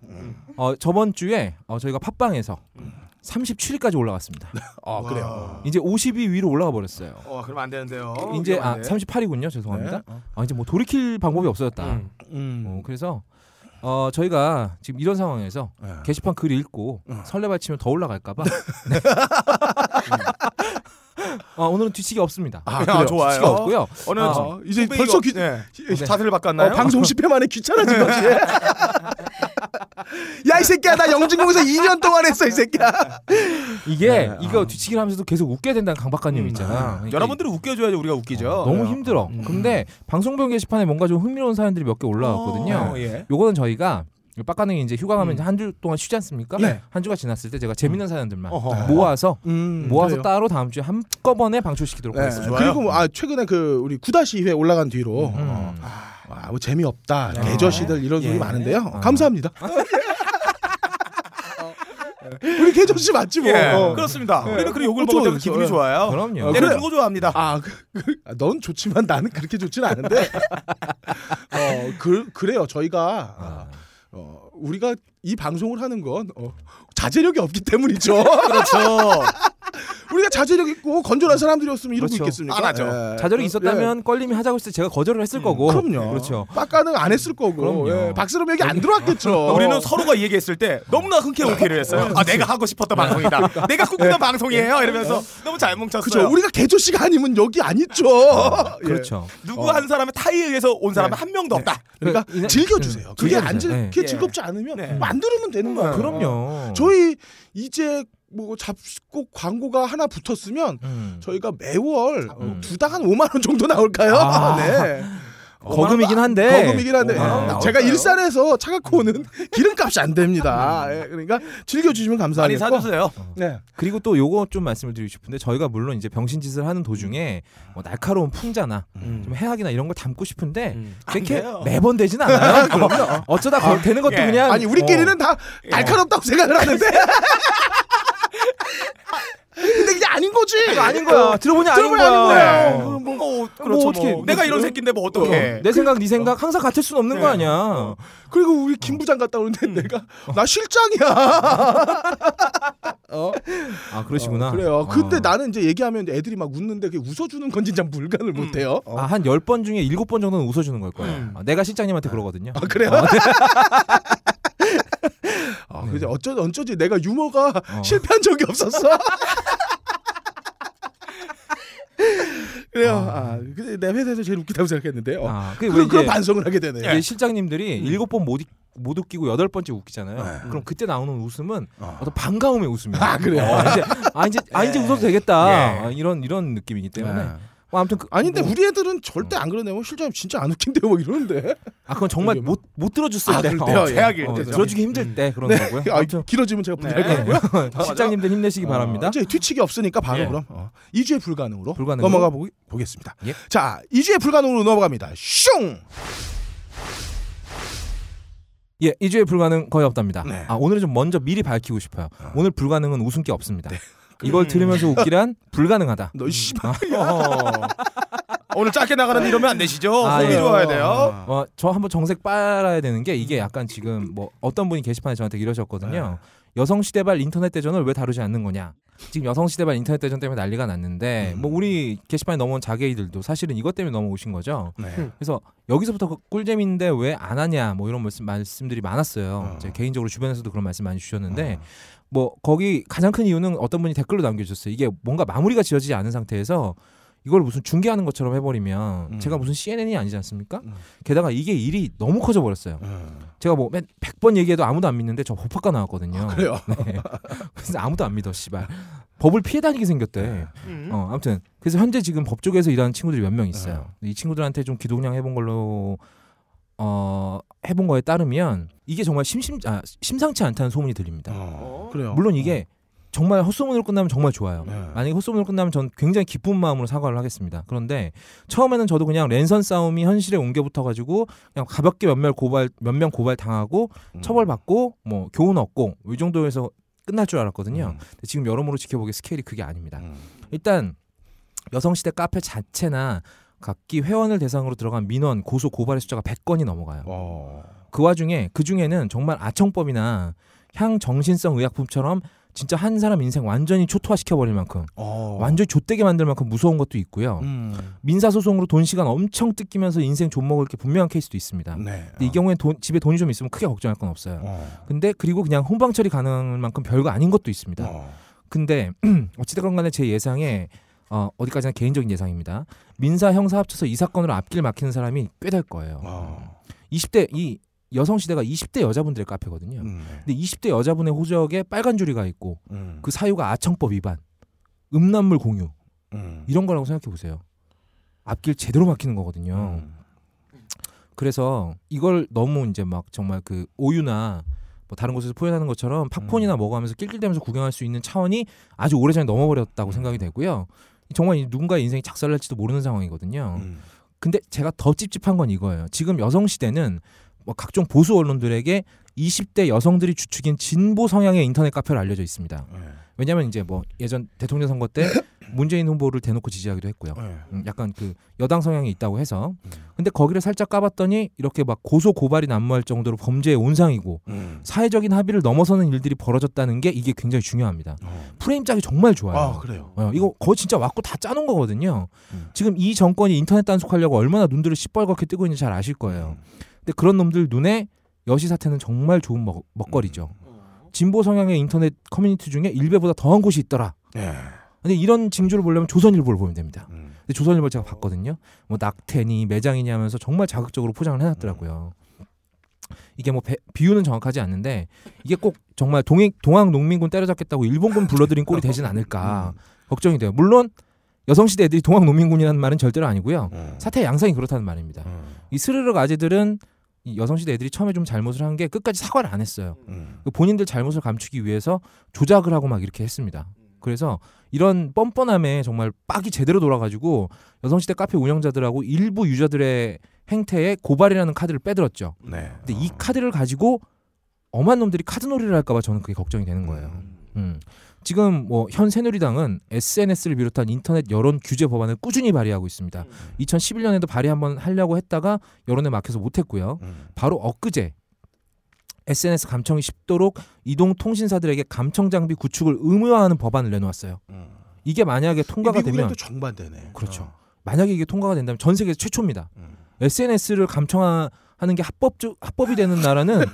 Speaker 2: 어, 저번 주에 어, 저희가 팟빵에서 37위까지 올라갔습니다.
Speaker 3: 아 그래요.
Speaker 2: 이제 50위 위로 올라가 버렸어요.
Speaker 1: 어 그럼 안 되는데요.
Speaker 2: 이제 아
Speaker 1: 위험한데.
Speaker 2: 38이군요. 죄송합니다. 아 이제 뭐 돌이킬 방법이 없어졌다.
Speaker 1: 음.
Speaker 3: 음.
Speaker 2: 어, 그래서 어, 저희가 지금 이런 상황에서
Speaker 3: 예.
Speaker 2: 게시판 글 읽고 설레발 치면 더 올라갈까봐. 네. 어, 오늘은 뒤치기 없습니다.
Speaker 1: 아,
Speaker 3: 그래요.
Speaker 1: 좋아요.
Speaker 2: 뒤치기 없고요.
Speaker 1: 어느
Speaker 2: 아,
Speaker 1: 지-
Speaker 3: 아, 이제
Speaker 1: 후배
Speaker 3: 벌써
Speaker 1: 이거-
Speaker 3: 귀,
Speaker 1: 네.
Speaker 2: 네.
Speaker 3: 이-
Speaker 1: 자세를
Speaker 3: 어,
Speaker 1: 바꿨나요?
Speaker 3: 방송 10회 만에 귀찮아진 거지. 야이 새끼야 나 영진공에서 2년 동안 했어 이 새끼야.
Speaker 2: 이게 이거 뒤치기를 하면서도 계속 웃게 된다는 강박관념 있잖아. 그러니까
Speaker 1: 여러분들은 웃겨줘야지 우리가 웃기죠.
Speaker 2: 너무 힘들어. 근데 방송별 게시판에 뭔가 좀 흥미로운 사연들이 몇 개 올라왔거든요.
Speaker 1: 어, 예.
Speaker 2: 요거는 저희가 빡가능이 이제 휴가 가면 한 주 동안 쉬지 않습니까?
Speaker 3: 네.
Speaker 2: 한 주가 지났을 때 제가 재밌는 사연들만
Speaker 1: 어허.
Speaker 2: 모아서
Speaker 3: 음,
Speaker 2: 모아서
Speaker 3: 그래요.
Speaker 2: 따로 다음 주에 한꺼번에 방출시키도록
Speaker 3: 네.
Speaker 2: 하겠습니다.
Speaker 3: 그리고 뭐, 아 최근에 그 우리 9-2회 올라간 뒤로
Speaker 2: 음.
Speaker 3: 어, 아, 뭐 재미없다 개저씨들 이런 소리
Speaker 2: 예.
Speaker 3: 많은데요.
Speaker 2: 아.
Speaker 3: 감사합니다. 우리 개저씨 맞지 뭐.
Speaker 1: 예.
Speaker 3: 어.
Speaker 1: 그렇습니다. 우리는 그 욕을
Speaker 3: 어쩌-
Speaker 1: 먹을 때 기분이
Speaker 3: 예.
Speaker 1: 좋아요.
Speaker 2: 그렇죠. 그럼요.
Speaker 1: 내가 그거 좋아합니다.
Speaker 3: 아, 그, 그, 아, 넌 좋지만 나는 그렇게 좋진 않은데. 어, 그, 그래요. 저희가 아, 어, 우리가 이 방송을 하는 건 어, 자제력이 없기 때문이죠.
Speaker 1: 그렇죠.
Speaker 3: 우리가 자제력 있고 건전한 사람들이었으면 이러고
Speaker 2: 음. 그렇죠.
Speaker 3: 있겠습니까?
Speaker 1: 안 하죠.
Speaker 3: 예.
Speaker 2: 자절이
Speaker 3: 예. 음,
Speaker 2: 있었다면 껄림이 하자고 했을 때 제가 거절을 했을 거고.
Speaker 3: 그럼요.
Speaker 2: 그렇죠.
Speaker 3: 빡가는 안 했을 거고.
Speaker 2: 그럼요.
Speaker 3: 예. 박스럼 얘기 안 들어왔겠죠.
Speaker 1: 우리는 서로가 이 얘기했을 때 너무나
Speaker 2: 네.
Speaker 1: 흔쾌히 오케이를 했어요. 아 내가 하고 싶었던
Speaker 2: 그러니까.
Speaker 1: 방송이다. 내가 꿈꾸던
Speaker 2: 네.
Speaker 1: 방송이에요. 이러면서 너무 잘 뭉쳤어요.
Speaker 3: 그죠. 우리가 개조 씨가 아니면 여기 안 있죠. 예.
Speaker 2: 그렇죠.
Speaker 1: 누구 한 사람의 타의에 의해서 온 사람은
Speaker 2: 네.
Speaker 1: 한 명도 없다.
Speaker 3: 그러니까
Speaker 2: 그러니까
Speaker 3: 즐겨주세요.
Speaker 2: 음,
Speaker 3: 그게
Speaker 2: 즐겨주세요.
Speaker 3: 안 즐,
Speaker 2: 네.
Speaker 3: 그게
Speaker 1: 예.
Speaker 3: 즐겁지 않으면
Speaker 1: 네.
Speaker 3: 안 들으면 되는 거예요.
Speaker 2: 그럼요.
Speaker 3: 어, 저희 이제 뭐 잡곡 광고가 하나 붙었으면
Speaker 2: 음.
Speaker 3: 저희가 매월 어,
Speaker 2: 음.
Speaker 3: 두당 한 5만 원 정도 나올까요?
Speaker 2: 아.
Speaker 3: 네.
Speaker 2: 거금이긴 한데.
Speaker 3: 거금이긴 한데
Speaker 2: 5만 원
Speaker 3: 제가
Speaker 1: 나올까요?
Speaker 3: 일산에서 차갖고 오는 기름값이 안 됩니다. 예, 그러니까 즐겨주시면
Speaker 1: 많이
Speaker 3: 감사하겠고.
Speaker 1: 사주세요.
Speaker 2: 어,
Speaker 3: 네.
Speaker 2: 그리고 또 요거 좀 말씀을 드리고 싶은데 저희가 물론 이제 병신짓을 하는 도중에
Speaker 3: 음.
Speaker 2: 뭐 날카로운 풍자나 좀 해악이나 이런 걸 담고 싶은데
Speaker 1: 음.
Speaker 2: 그렇게
Speaker 1: 안 돼요.
Speaker 2: 매번 되진 않아요. 어, 어쩌다 거- 되는 것도
Speaker 1: 예.
Speaker 2: 그냥 어.
Speaker 3: 아니 우리끼리는 다
Speaker 2: 예.
Speaker 3: 날카롭다고 생각을 하는데. 근데 이게 아닌 거지.
Speaker 2: 어, 아닌 거야. 들어보니 아닌
Speaker 3: 들어보니 아닌
Speaker 2: 거야.
Speaker 3: 거야.
Speaker 2: 어.
Speaker 1: 뭐, 어, 그렇죠.
Speaker 2: 어떻게-
Speaker 1: 뭐. 내가 이런 새끼인데 뭐 어떻게?
Speaker 2: 내
Speaker 3: 그,
Speaker 2: 생각 네 생각 항상 같을 수는
Speaker 3: 어.
Speaker 2: 없는 거 아니야.
Speaker 3: 그리고 우리 김 부장 갔다 오는데
Speaker 2: 음.
Speaker 3: 내가
Speaker 2: 어.
Speaker 3: 나 실장이야.
Speaker 2: 아 그러시구나.
Speaker 3: 그래요.
Speaker 2: 어.
Speaker 3: 근데 나는 이제 얘기하면 애들이 막 웃는데 그게 웃어주는 건지 참 불간을 못해요. 어.
Speaker 2: 아, 한 10번 중에 7번 정도는 웃어주는 걸 거예요.
Speaker 3: 음.
Speaker 2: 아, 내가 실장님한테 그러거든요.
Speaker 3: 아, 그래요? 아, 그래 어쩌 어쩌지 내가 유머가 실패한 적이 없었어. 그래요. 아, 근데 내 회사에서 제일 웃기다고 생각했는데요.
Speaker 2: 어.
Speaker 3: 어.
Speaker 2: 아, 그게 왜
Speaker 3: 그런 그런
Speaker 2: 이제 예.
Speaker 3: 반성을 하게 되네요.
Speaker 2: 이제 실장님들이
Speaker 3: 음.
Speaker 2: 일곱 번 못 못 웃기고 여덟 번째 웃기잖아요. 그럼 그때 나오는 웃음은 어. 떤 반가움의 웃음이에요.
Speaker 3: 네. 아, 그래요? 예.
Speaker 2: 어, 이제 아 이제 아 이제 웃어도 되겠다. 아, 이런 이런 느낌이기 때문에.
Speaker 3: 네.
Speaker 2: 뭐 아무튼 그,
Speaker 3: 아닌데
Speaker 2: 뭐,
Speaker 3: 우리 애들은 절대 안 그러네요. 뭐 실장님 진짜 안 웃긴데요, 막 이러는데.
Speaker 2: 아 그건 정말
Speaker 3: 그게
Speaker 2: 못 못 들어줬을
Speaker 3: 아,
Speaker 2: 때
Speaker 3: 그럴 때요?
Speaker 2: 어,
Speaker 3: 예.
Speaker 1: 최악일
Speaker 2: 어,
Speaker 1: 때죠.
Speaker 2: 들어주기 힘들 때 그런 거고요.
Speaker 3: 아,
Speaker 2: 아무튼
Speaker 3: 길어지면 제가 분할
Speaker 1: 네.
Speaker 3: 거고요.
Speaker 2: 실장님들 힘내시기 바랍니다.
Speaker 3: 어, 이제 뒤치기 없으니까 바로
Speaker 1: 예.
Speaker 3: 그럼 어, 2주의 불가능으로
Speaker 2: 불가능으로?
Speaker 3: 넘어가 보, 겠습니다
Speaker 2: 예.
Speaker 3: 자, 2주의 불가능으로 넘어갑니다. 슝!
Speaker 2: 예, 이주의 불가능 거의 없답니다.
Speaker 3: 네.
Speaker 2: 아, 오늘은 좀 먼저 미리 밝히고 싶어요. 오늘 불가능은 웃음기 없습니다. 이걸 들으면서 웃기란 불가능하다.
Speaker 3: 너 씨발.
Speaker 1: 오늘 짧게 나가는데 이러면 안 되시죠.
Speaker 2: 아,
Speaker 1: 소리
Speaker 2: 예.
Speaker 1: 좋아야 돼요.
Speaker 2: 어, 저 한번 정색 빨아야 되는 게 이게 약간 지금 뭐 어떤 분이 게시판에 저한테 이러셨거든요. 여성 시대발 인터넷 대전을 왜 다루지 않는 거냐? 지금 여성 시대발 인터넷 대전 때문에 난리가 났는데 뭐 우리 게시판에 넘어온 자개이들도 사실은 이것 때문에 넘어오신 거죠. 그래서 여기서부터 꿀잼인데 왜 안 하냐 뭐 이런 말씀, 말씀들이 많았어요. 제 개인적으로 주변에서도 그런 말씀 많이 주셨는데 뭐 거기 가장 큰 이유는 어떤 분이 댓글로 남겨주셨어요. 이게 뭔가 마무리가 지어지지 않은 상태에서 이걸 무슨 중계하는 것처럼 해버리면 제가 무슨 CNN이 아니지 않습니까? 게다가 이게 일이 너무 커져버렸어요. 제가 뭐 맨 100번 얘기해도 아무도 안 믿는데 저 법학과 나왔거든요.
Speaker 3: 그래요?
Speaker 2: 네. 그래서 아무도 안 믿어, 씨발. 법을 피해 다니게
Speaker 3: 네.
Speaker 2: 생겼대. 어, 아무튼 그래서 현재 지금 법
Speaker 3: 네.
Speaker 2: 쪽에서 일하는 친구들이 몇 명 있어요. 이 친구들한테 좀 기동량 해본 걸로 어 해본 거에 따르면 이게 정말 심심 아, 심상치 않다는 소문이 들립니다.
Speaker 3: 어, 그래요.
Speaker 2: 물론 이게 정말 헛소문으로 끝나면 정말 좋아요.
Speaker 3: 네.
Speaker 2: 만약에 헛소문으로 끝나면 전 굉장히 기쁜 마음으로 사과를 하겠습니다. 그런데 처음에는 저도 그냥 랜선 싸움이 현실에 옮겨붙어 가지고 그냥 가볍게 몇명 고발 몇 명 고발 당하고
Speaker 3: 음.
Speaker 2: 처벌받고 뭐 교훈 얻고 뭐이 정도에서 끝날 줄 알았거든요.
Speaker 3: 음.
Speaker 2: 근데 지금 여러모로 지켜보기 스케일이 그게 아닙니다.
Speaker 3: 음.
Speaker 2: 일단 여성시대 카페 자체나 각기 회원을 대상으로 들어간 민원 고소 고발의 숫자가 100건이 넘어가요.
Speaker 3: 어.
Speaker 2: 그 와중에 그 중에는 정말 아청법이나 향정신성 의약품처럼 진짜 한 사람 인생 완전히 초토화시켜 버릴 만큼
Speaker 3: 어.
Speaker 2: 완전히 좆되게 만들 만큼 무서운 것도 있고요.
Speaker 3: 음.
Speaker 2: 민사 소송으로 돈 시간 엄청 뜯기면서 인생 존먹을 게 분명한 케이스도 있습니다.
Speaker 3: 네.
Speaker 2: 근데 이 경우엔 돈, 집에 돈이 좀 있으면 크게 걱정할 건 없어요.
Speaker 3: 어.
Speaker 2: 근데 그리고 그냥 혼방 처리 가능한 만큼 별거 아닌 것도 있습니다.
Speaker 3: 어.
Speaker 2: 근데 어찌됐건 간에 제 예상에 어, 어디까지나 개인적인 예상입니다. 민사 형사 합쳐서 이 사건으로 앞길 막히는 사람이 꽤 될 거예요.
Speaker 3: 어.
Speaker 2: 20대 이 여성 시대가 20대 여자분들의 카페거든요.
Speaker 3: 음. 네.
Speaker 2: 근데 20대 여자분의 호적에 빨간 줄이가 있고
Speaker 3: 음.
Speaker 2: 그 사유가 아청법 위반, 음란물 공유
Speaker 3: 음.
Speaker 2: 이런 거라고 생각해 보세요. 앞길 제대로 막히는 거거든요.
Speaker 3: 음.
Speaker 2: 그래서 이걸 너무 이제 막 정말 그 오유나 뭐 다른 곳에서 표현하는 것처럼 팝콘이나 먹어가면서 낄낄대면서 구경할 수 있는 차원이 아주 오래전에 넘어버렸다고 생각이 되고요. 정말 이 누군가의 인생이 작살날지도 모르는 상황이거든요.
Speaker 3: 음.
Speaker 2: 근데 제가 더 찝찝한 건 이거예요. 지금 여성 시대는 뭐 각종 보수 언론들에게 20대 여성들이 주축인 진보 성향의 인터넷 카페로 알려져 있습니다.
Speaker 3: 네.
Speaker 2: 왜냐하면 이제 뭐 예전 대통령 선거 때 문재인 후보를 대놓고 지지하기도 했고요.
Speaker 3: 네.
Speaker 2: 음, 약간 그 여당 성향이 있다고 해서
Speaker 3: 음.
Speaker 2: 근데 거기를 살짝 까봤더니 이렇게 막 고소 고발이 난무할 정도로 범죄의 온상이고
Speaker 3: 음.
Speaker 2: 사회적인 합의를 넘어서는 일들이 벌어졌다는 게 이게 굉장히 중요합니다.
Speaker 3: 어.
Speaker 2: 프레임 짝이 정말 좋아요.
Speaker 3: 아 그래요.
Speaker 2: 어, 이거 거의 진짜 왔고 다 짜놓은 거거든요.
Speaker 3: 음.
Speaker 2: 지금 이 정권이 인터넷 단속하려고 얼마나 눈들을 시뻘겋게 뜨고 있는지 잘 아실 거예요.
Speaker 3: 음.
Speaker 2: 근데 그런 놈들 눈에 여시 사태는 정말 좋은 먹, 거리죠
Speaker 3: 음.
Speaker 2: 진보 성향의 인터넷 커뮤니티 중에 일베보다 더한 곳이 있더라.
Speaker 3: 네.
Speaker 2: 근데 이런 징조를 보려면 조선일보를 보면 됩니다.
Speaker 3: 음.
Speaker 2: 근데 조선일보 제가 봤거든요. 뭐 낙태니 매장이니 하면서 정말 자극적으로 포장을 해놨더라고요. 이게 뭐 배- 비유는 정확하지 않는데 이게 꼭 정말 동행, 동학 농민군 때려잡겠다고 일본군 불러들인 꼴이 되진 않을까 걱정이 돼요. 물론 여성시대 애들이 동학 농민군이라는 말은 절대로 아니고요.
Speaker 3: 음.
Speaker 2: 사태의 양상이 그렇다는 말입니다.
Speaker 3: 음.
Speaker 2: 이 스르륵 아재들은 이 여성시대 애들이 처음에 좀 잘못을 한 게 끝까지 사과를 안 했어요.
Speaker 3: 음.
Speaker 2: 그 본인들 잘못을 감추기 위해서 조작을 하고 막 이렇게 했습니다. 그래서 이런 뻔뻔함에 정말 빡이 제대로 돌아가지고 여성시대 카페 운영자들하고 일부 유저들의 행태에 고발이라는 카드를 빼들었죠.
Speaker 3: 네.
Speaker 2: 근데 이 카드를 가지고 엄한 놈들이 카드놀이를 할까봐 저는 그게 걱정이 되는 거예요. 음. 지금 뭐 현 새누리당은 SNS를 비롯한 인터넷 여론 규제 법안을 꾸준히 발의하고 있습니다.
Speaker 3: 음.
Speaker 2: 2011년에도 발의 한번 하려고 했다가 여론에 막혀서 못했고요.
Speaker 3: 음.
Speaker 2: 바로 엊그제 SNS 감청이 쉽도록 이동 통신사들에게 감청 장비 구축을 의무화하는 법안을 내놓았어요.
Speaker 3: 음.
Speaker 2: 이게 만약에 통과가
Speaker 3: 미국이랑
Speaker 2: 되면
Speaker 3: 또 정반대네.
Speaker 2: 그렇죠.
Speaker 3: 어.
Speaker 2: 만약에 이게 통과가 된다면 전 세계에서 최초입니다.
Speaker 3: 음.
Speaker 2: SNS를 감청하는 게 합법 합법이 되는 나라는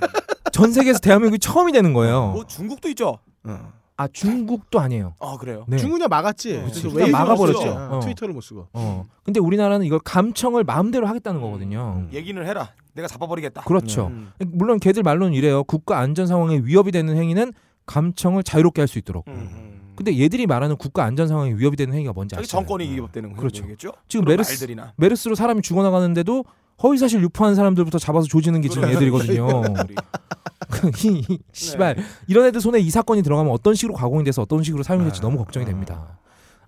Speaker 2: 전 세계에서 대한민국이 처음이 되는 거예요.
Speaker 1: 뭐 중국도 있죠.
Speaker 3: 어.
Speaker 2: 아 중국도 아니에요.
Speaker 1: 아 그래요.
Speaker 2: 네.
Speaker 3: 중국이야 막았지.
Speaker 1: 그치.
Speaker 3: 그래서
Speaker 2: 중국이야
Speaker 3: 웨이브를
Speaker 2: 막아버렸죠.
Speaker 3: 못 쓰죠.
Speaker 2: 어.
Speaker 3: 트위터를 못 쓰고.
Speaker 2: 어.
Speaker 1: 음.
Speaker 2: 근데 우리나라는 이걸 감청을 마음대로 하겠다는 거거든요.
Speaker 3: 음.
Speaker 1: 얘기는 해라. 내가 잡아버리겠다.
Speaker 2: 그렇죠.
Speaker 1: 음.
Speaker 2: 물론 걔들 말로는 이래요. 국가 안전 상황에 위협이 되는 행위는 감청을 자유롭게 할 수 있도록.
Speaker 1: 음. 음.
Speaker 2: 근데 얘들이 말하는 국가 안전 상황에 위협이 되는 행위가 뭔지
Speaker 1: 자기
Speaker 2: 아시죠?
Speaker 1: 정권이 기업되는 거죠
Speaker 2: 그렇죠.
Speaker 1: 얘기겠죠.
Speaker 2: 지금
Speaker 1: 그런
Speaker 2: 메르스-
Speaker 1: 말들이나
Speaker 2: 메르스로 사람이 죽어나가는데도 허위사실 유포한 사람들부터 잡아서 조지는 게 지금
Speaker 1: 그런
Speaker 2: 얘들이거든요. 그
Speaker 1: 것들이.
Speaker 2: 이-
Speaker 1: 네.
Speaker 2: 이- 씨발 이런 애들 손에 이 사건이 들어가면 어떤 식으로 가공이 돼서 어떤 식으로 사용될지
Speaker 3: 아,
Speaker 2: 너무 걱정이 됩니다.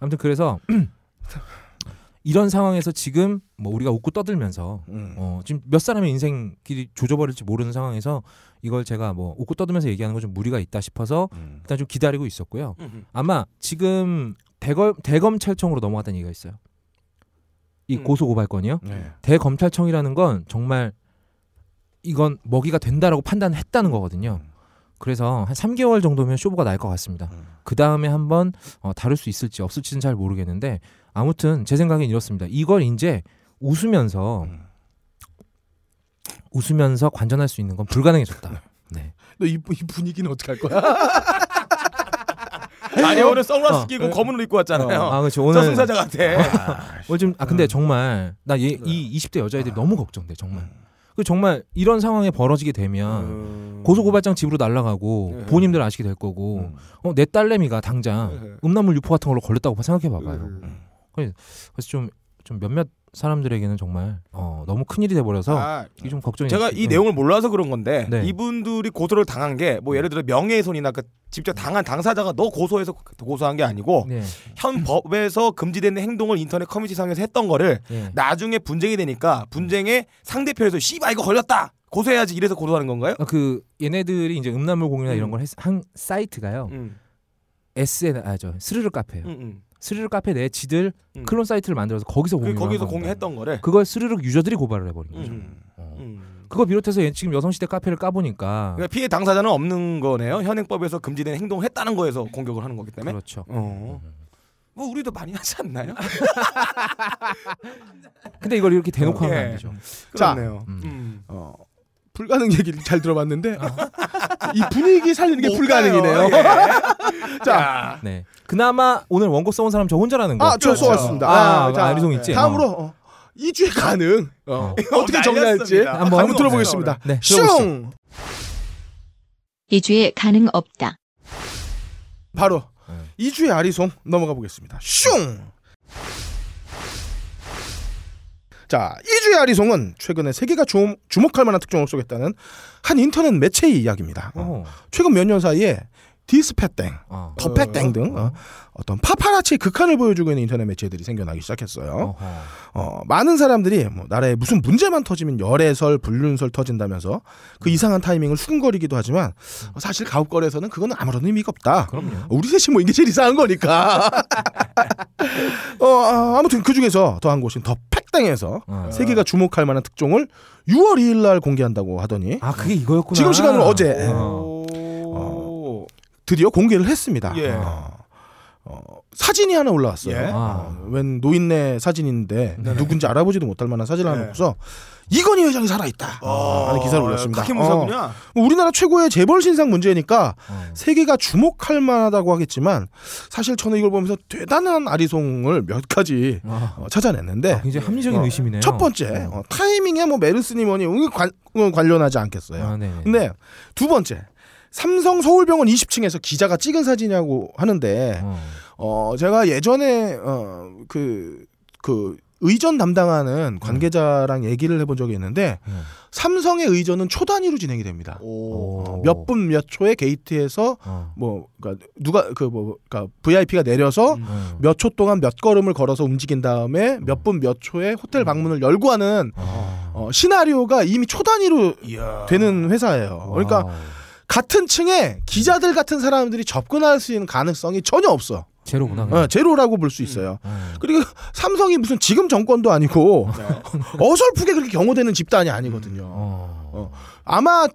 Speaker 2: 아무튼 그래서 이런 상황에서 지금 뭐 우리가 웃고 떠들면서
Speaker 3: 음.
Speaker 2: 어, 지금 몇 사람의 인생길이 조져버릴지 모르는 상황에서 이걸 제가 뭐 웃고 떠들면서 얘기하는 건 좀 무리가 있다 싶어서
Speaker 3: 음.
Speaker 2: 일단 좀 기다리고 있었고요.
Speaker 1: 음.
Speaker 2: 아마 지금 대검 대검찰청으로 넘어갔다는 얘기가 있어요. 이
Speaker 1: 음.
Speaker 2: 고소 고발건이요.
Speaker 3: 네.
Speaker 2: 대검찰청이라는 건 정말 이건 먹이가 된다라고 판단했다는 거거든요.
Speaker 3: 음.
Speaker 2: 그래서 한 3개월 정도면 쇼부가 날 것 같습니다.
Speaker 3: 음.
Speaker 2: 그 다음에 한번 어, 다룰 수 있을지 없을지는 잘 모르겠는데 아무튼 제 생각엔 이렇습니다. 이걸 이제 웃으면서
Speaker 3: 음.
Speaker 2: 웃으면서 관전할 수 있는 건 불가능해졌다. 네.
Speaker 3: 너이 이 분위기는 어떻게 할 거야?
Speaker 1: 아니 오늘 선글라스
Speaker 2: 어.
Speaker 1: 끼고 검은 옷 입고 왔잖아요.
Speaker 2: 아 그렇죠.
Speaker 1: 저
Speaker 2: 오늘
Speaker 1: 승사자 같아.
Speaker 2: 오늘 좀, 아 근데 정말 나 얘 이 20대 여자애들이 너무 걱정돼 정말. 그 정말 이런 상황에 벌어지게 되면
Speaker 1: 음.
Speaker 2: 아. 고소고발장 집으로 날아가고
Speaker 1: 예.
Speaker 2: 본인들 아시게 될 거고
Speaker 3: 음.
Speaker 2: 어, 내 딸내미가 당장
Speaker 1: 예. 네.
Speaker 2: 음란물 유포 같은 걸로 걸렸다고 생각해 봐봐요.
Speaker 1: 음.
Speaker 2: 그래서 좀, 좀 몇몇 사람들에게는 정말 어, 너무 큰 일이 돼버려서
Speaker 1: 아,
Speaker 2: 이게 좀 걱정이.
Speaker 1: 제가
Speaker 2: 됐어요. 음.
Speaker 1: 이 내용을 몰라서 그런 건데
Speaker 2: 네.
Speaker 1: 이분들이 고소를 당한 게 뭐 예를 들어 명예훼손이나 그 직접 당한 당사자가 너 고소해서 고소한 게 아니고
Speaker 2: 네.
Speaker 1: 현 법에서 금지되는 행동을 인터넷 커뮤니티상에서 했던 거를
Speaker 2: 예.
Speaker 1: 나중에 분쟁이 되니까 분쟁에 상대편에서 씨발 이거 걸렸다 고소해야지 이래서 고소하는 건가요?
Speaker 2: 아, 그 얘네들이 이제 음란물 공유나 이런 걸 했, 한 사이트가요.
Speaker 1: 음,
Speaker 2: SN 아저 스르르 카페예요.
Speaker 1: 음, 음.
Speaker 2: 스르르 카페 내 지들
Speaker 1: 음.
Speaker 2: 클론 사이트를 만들어서 거기서
Speaker 1: 그
Speaker 2: 공유를
Speaker 1: 거기서
Speaker 2: 한 겁니다.
Speaker 1: 공유했던 거를
Speaker 2: 그걸 스르르 유저들이 고발을 해버린 거죠.
Speaker 1: 음,
Speaker 2: 어.
Speaker 1: 음.
Speaker 2: 그거 비롯해서 얘 지금 여성시대 카페를 까보니까
Speaker 1: 그러니까 피해 당사자는 없는 거네요. 현행법에서 금지된 행동을 했다는 거에서 공격을 하는 거기 때문에.
Speaker 2: 그렇죠.
Speaker 1: 어. 뭐 우리도 많이 하지 않나요?
Speaker 3: 아,
Speaker 2: 근데 이걸 이렇게 대놓고
Speaker 1: 어,
Speaker 2: 하면
Speaker 1: 예.
Speaker 2: 안 되죠.
Speaker 3: 자.
Speaker 1: 그렇네요.
Speaker 2: 음.
Speaker 1: 음.
Speaker 3: 어, 불가능 얘기를 잘 들어봤는데 이 분위기 살리는 게 불가능이네요.
Speaker 1: 못 가요.
Speaker 3: 자,
Speaker 2: 네. 그나마 오늘 원고 써온 사람 저 혼자라는 거.
Speaker 3: 아, 저 쏘았습니다.
Speaker 2: 아, 안희송 있지?
Speaker 3: 다음으로 어. 2주에 가능
Speaker 2: 어.
Speaker 3: 어. 떻게 정리할지
Speaker 1: 날렸습니다.
Speaker 3: 한번,
Speaker 2: 한번
Speaker 3: 들어보겠습니다.
Speaker 2: 네, 들어보시죠.
Speaker 3: 슝
Speaker 6: 이주에 가능 없다.
Speaker 3: 바로
Speaker 2: 네.
Speaker 3: 2주의 아리송 넘어가 보겠습니다. 슝 자, 2주의 아리송은 최근에 세계가 주, 주목할 만한 특종을 쏘겠다는 한 인터넷 매체의 이야기입니다.
Speaker 2: 어.
Speaker 3: 최근 몇 년 사이에 디스패땡,
Speaker 2: 어.
Speaker 3: 더패땡 등 어, 어떤 파파라치의 극한을 보여주고 있는 인터넷 매체들이 생겨나기 시작했어요.
Speaker 2: 어허.
Speaker 3: 어, 많은 사람들이 뭐 나라에 무슨 문제만 터지면 열애설, 불륜설 터진다면서 그
Speaker 2: 음.
Speaker 3: 이상한 타이밍을 수근거리기도 하지만 어, 사실 가업거래에서는 그건 아무런 의미가 없다.
Speaker 2: 그럼요.
Speaker 3: 우리 셋이 모인 게 제일 이상한 거니까. 어, 아, 아무튼 그 중에서 더 한 곳인 더 팩당에서
Speaker 2: 어.
Speaker 3: 세계가 주목할 만한 특종을 6월 2일 날 공개한다고 하더니
Speaker 2: 아 그게 이거였구나.
Speaker 3: 음. 지금 시간으로 어제.
Speaker 2: 어.
Speaker 1: 오.
Speaker 3: 드디어 공개를 했습니다.
Speaker 1: 예.
Speaker 3: 어, 어, 사진이 하나 올라왔어요.
Speaker 1: 예.
Speaker 2: 아.
Speaker 3: 어, 웬 노인네 사진인데 누군지 알아보지도 못할 만한 사진을 하나
Speaker 1: 네. 어,
Speaker 3: 놓고서 이건희 회장이 살아있다 하는 기사를 올렸습니다.
Speaker 1: 그게
Speaker 3: 어,
Speaker 1: 무사군요.
Speaker 3: 우리나라 최고의 재벌 신상 문제니까
Speaker 2: 어.
Speaker 3: 세계가 주목할 만하다고 하겠지만 사실 저는 이걸 보면서 대단한 아리송을 몇 가지
Speaker 2: 아,
Speaker 3: 어, 찾아냈는데
Speaker 2: 아, 굉장히 합리적인
Speaker 3: 어,
Speaker 2: 의심이네요.
Speaker 3: 첫 번째 어, 타이밍에 뭐 메르스니 뭐니 이거 관, 이건 관련하지 않겠어요.
Speaker 2: 아, 네.
Speaker 3: 근데 두 번째 삼성 서울병원 20층에서 기자가 찍은 사진이라고 하는데
Speaker 2: 어.
Speaker 3: 어 제가 예전에 어, 어그그 의전
Speaker 1: 네.
Speaker 3: 담당하는 관계자랑 얘기를 해본 적이 있는데
Speaker 2: 음.
Speaker 3: 삼성의 의전은 초단위로 진행이 됩니다. 어,
Speaker 2: 오.
Speaker 3: 몇 분 몇 초에 게이트에서
Speaker 2: 어.
Speaker 3: 뭐 그러니까 누가 그 뭐 그러니까 VIP가 내려서
Speaker 1: 음.
Speaker 2: 어.
Speaker 3: 몇 초 동안 몇 걸음을 걸어서 움직인 다음에 몇 분 몇 초에
Speaker 1: 음.
Speaker 3: 호텔 방문을 열고 하는
Speaker 2: 어.
Speaker 3: 어, 시나리오가 이미 초단위로
Speaker 1: 아. 이야.
Speaker 3: 되는 회사예요. 그러니까
Speaker 2: 와우.
Speaker 3: 같은 층에 기자들 같은 사람들이 접근할 수 있는 가능성이 전혀 없어.
Speaker 2: 제로구나.
Speaker 1: 음.
Speaker 3: 어, 제로라고 볼 수 있어요. 그리고 삼성이 무슨 지금 정권도 아니고
Speaker 1: 네.
Speaker 3: 어설프게 그렇게 경호되는 집단이
Speaker 1: 음.
Speaker 3: 아니거든요.
Speaker 2: 어.
Speaker 3: 아마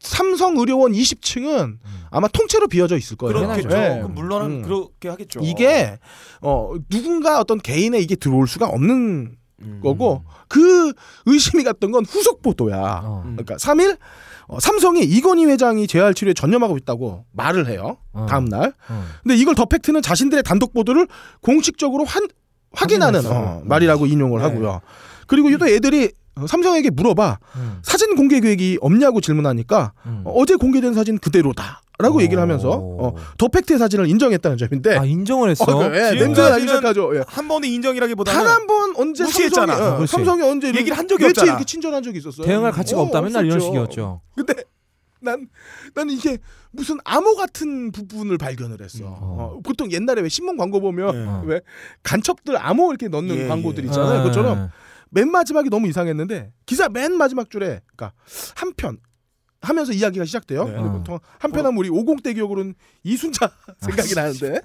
Speaker 3: 삼성 의료원 20층은 아마 통째로 비어져 있을 거예요.
Speaker 1: 음. 그렇겠죠.
Speaker 3: 네.
Speaker 1: 그럼 물론
Speaker 3: 음.
Speaker 1: 그렇게 하겠죠.
Speaker 3: 이게 어, 누군가 어떤 개인의 이게 들어올 수가 없는
Speaker 1: 음.
Speaker 3: 거고 그 의심이 갔던 건 후속 보도야.
Speaker 2: 어.
Speaker 1: 음.
Speaker 3: 그러니까 3일 삼성이 이건희 회장이 재활 치료에 전념하고 있다고 말을 해요.
Speaker 2: 어.
Speaker 3: 다음 날.
Speaker 2: 어.
Speaker 3: 근데 이걸 더 팩트는 자신들의 단독 보도를 공식적으로 환- 확인하는 어, 말이라고 인용을
Speaker 1: 네.
Speaker 3: 하고요. 그리고 또 애들이 어, 삼성에게 물어봐
Speaker 2: 음.
Speaker 3: 사진 공개 계획이 없냐고 질문하니까
Speaker 2: 음.
Speaker 3: 어, 어제 공개된 사진 그대로다라고 얘기를 하면서 어, 더 팩트의 사진을 인정했다는 점인데
Speaker 2: 아 인정을 했어.
Speaker 3: 어, 그, 예,
Speaker 1: 지금까지는
Speaker 3: 냄새가 나기 시작하죠. 예.
Speaker 1: 한 번의 인정이라기보다는
Speaker 3: 단한 번 언제
Speaker 1: 무시했잖아.
Speaker 3: 삼성이, 어,
Speaker 2: 어, 그렇지.
Speaker 3: 삼성이 언제 이렇게
Speaker 1: 얘기를 한 적이
Speaker 3: 매체
Speaker 1: 없잖아.
Speaker 3: 이렇게 친절한 적이 있었어요.
Speaker 2: 대응할 가치가
Speaker 3: 어,
Speaker 2: 없다. 맨날 이런
Speaker 3: 없었죠.
Speaker 2: 식이었죠.
Speaker 3: 근데 난 나는 이게 무슨 암호 같은 부분을 발견을 했어. 어, 보통 옛날에 왜 신문 광고 보면
Speaker 1: 음. 예.
Speaker 2: 어.
Speaker 3: 네. 왜 간첩들 암호 이렇게 넣는
Speaker 1: 예,
Speaker 3: 광고들
Speaker 1: 예.
Speaker 3: 있잖아요.
Speaker 2: 어.
Speaker 3: 그처럼 맨 마지막이 너무 이상했는데 기사 맨 마지막 줄에 그러니까 한 편 하면서 이야기가 시작돼요.
Speaker 1: 네.
Speaker 3: 근데
Speaker 2: 어.
Speaker 3: 보통 한편 하면 우리 50대 기억으로는 이순자 생각이
Speaker 1: 아,
Speaker 3: 나는데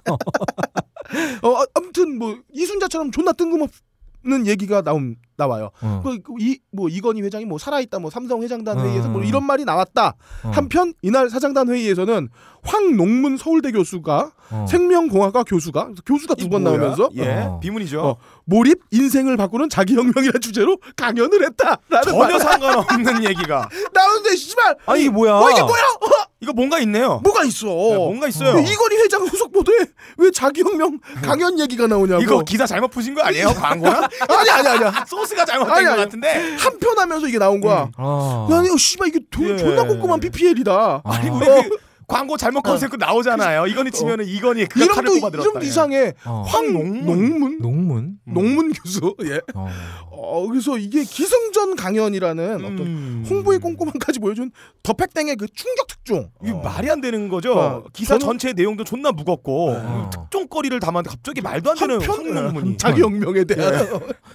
Speaker 3: 어, 아무튼 뭐 이순자처럼 존나 뜬금없는 얘기가 나옴 나와요.
Speaker 2: 어.
Speaker 3: 그이뭐 이건희 회장이 뭐 살아있다 뭐 삼성 회장단
Speaker 2: 어.
Speaker 3: 회의에서
Speaker 1: 아.
Speaker 3: 뭐 이런 말이 나왔다.
Speaker 2: 어.
Speaker 3: 한편 이날 사장단 회의에서는 황농문 서울대 교수가
Speaker 2: 어.
Speaker 3: 생명공학과 교수가 교수가 두 번
Speaker 1: 뭐야?
Speaker 3: 나오면서
Speaker 1: 예
Speaker 2: 어.
Speaker 1: 비문이죠.
Speaker 3: 어, 몰입 인생을 바꾸는 자기 혁명이라는 주제로 강연을 했다라는
Speaker 1: 전혀
Speaker 3: 말
Speaker 1: 상관없는 얘기가
Speaker 3: 나오는데 씨발
Speaker 2: 아니 이게 뭐야?
Speaker 3: 어 이게 뭐야 어,
Speaker 1: 이거 뭔가 있네요.
Speaker 3: 뭐가 있어
Speaker 1: 네, 뭔가 있어요.
Speaker 3: 왜 이건희 회장 후속 보도에 왜 자기 혁명 강연 어. 얘기가 나오냐고
Speaker 1: 이거 기사 잘못 푸신 거 아니에요? 광고나
Speaker 3: 아니 아니 아니야
Speaker 1: 소스가 잘못된
Speaker 3: 아니,
Speaker 1: 것
Speaker 3: 아니.
Speaker 1: 같은데.
Speaker 3: 한 편 하면서 이게 나온 거야
Speaker 2: 어.
Speaker 3: 나는 이거 씨발 이게 돈
Speaker 1: 예.
Speaker 3: 존나 꼼꼼한 PPL이다 어,
Speaker 1: 아니
Speaker 2: 아.
Speaker 1: 우리 그 광고 잘못 검색도 나오잖아요. 이건희 치면은 이건희 그 칼을
Speaker 3: 이름도
Speaker 1: 뽑아들었다.
Speaker 3: 이름도 이상해.
Speaker 2: 어.
Speaker 3: 예. 황농문
Speaker 2: 농문.
Speaker 3: 농문 교수. 예.
Speaker 2: 어.
Speaker 3: 어, 그래서 이게 기승전 강연이라는
Speaker 1: 음.
Speaker 3: 어떤 홍보의 꼼꼼함까지 보여준 더팩땡의 그 충격 특종.
Speaker 1: 이게 말이 안 되는 거죠.
Speaker 3: 어,
Speaker 1: 기사
Speaker 3: 저는-
Speaker 1: 전체 내용도 존나 무겁고
Speaker 2: 어.
Speaker 1: 특종거리를 담았는데 갑자기 말도 안 되는
Speaker 3: 한편
Speaker 1: 황농문이.
Speaker 3: 자기혁명에 대한.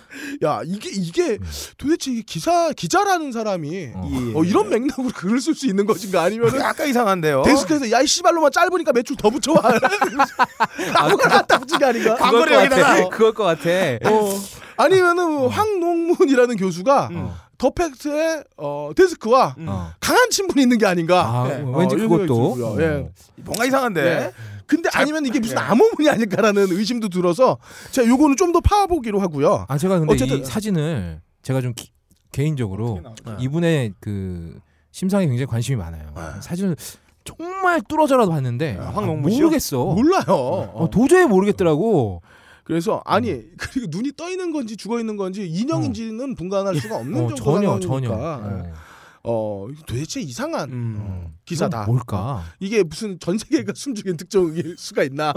Speaker 3: 야 이게 이게 도대체 이 기사 기자라는 사람이
Speaker 2: 어.
Speaker 1: 예.
Speaker 3: 어, 이런 맥락으로 글을 쓸 수 있는 것인가 아니면 은
Speaker 1: 약간 이상한데요.
Speaker 3: 데스크에서 야이 씨발로만 짧으니까 매출 더 붙여와 아무거나 갖다 붙인 게 아닌가
Speaker 1: 광고를
Speaker 2: 그럴 것 같아.
Speaker 1: 여기다가.
Speaker 2: 그럴 것 같아.
Speaker 3: 어, 아니면은 황농문이라는 교수가
Speaker 1: 음.
Speaker 3: 더 팩트의 어, 데스크와
Speaker 2: 어.
Speaker 3: 강한 친분이 있는 게 아닌가
Speaker 2: 아,
Speaker 1: 네.
Speaker 3: 어,
Speaker 2: 왠지
Speaker 3: 이런 생각이
Speaker 2: 그것도.
Speaker 3: 들고요. 예.
Speaker 1: 뭔가 이상한데.
Speaker 3: 네. 근데 아니면 이게 무슨
Speaker 2: 네.
Speaker 1: 예.
Speaker 3: 암호문이 아닐까라는 의심도 들어서 제가 요거는 좀 더 파보기로 하고요
Speaker 2: 아 제가 근데
Speaker 3: 어쨌든- 네.
Speaker 2: 이 사진을 제가 좀 기- 개인적으로 이분의 그 심상에 굉장히 관심이 많아요.
Speaker 3: 네.
Speaker 2: 사진을 정말 뚫어져라도 봤는데
Speaker 1: 아,
Speaker 2: 아,
Speaker 1: 황농문 씨요?
Speaker 2: 모르겠어.
Speaker 3: 몰라요
Speaker 2: 어, 음. 도저히 모르겠더라고.
Speaker 3: 그래서 아니 그리고 눈이 떠 있는 건지 죽어 있는 건지 인형인지는 분간할 수가 없는
Speaker 2: 음. 어,
Speaker 3: 정도
Speaker 2: 전혀
Speaker 3: 상황이니까.
Speaker 2: 전혀. 네.
Speaker 3: 어. 도대체 이상한
Speaker 1: 음.
Speaker 3: 기사다. 어.
Speaker 2: 이건 뭘까?
Speaker 3: 이게 무슨 전 세계가 숨죽인 특종일 수가 있나?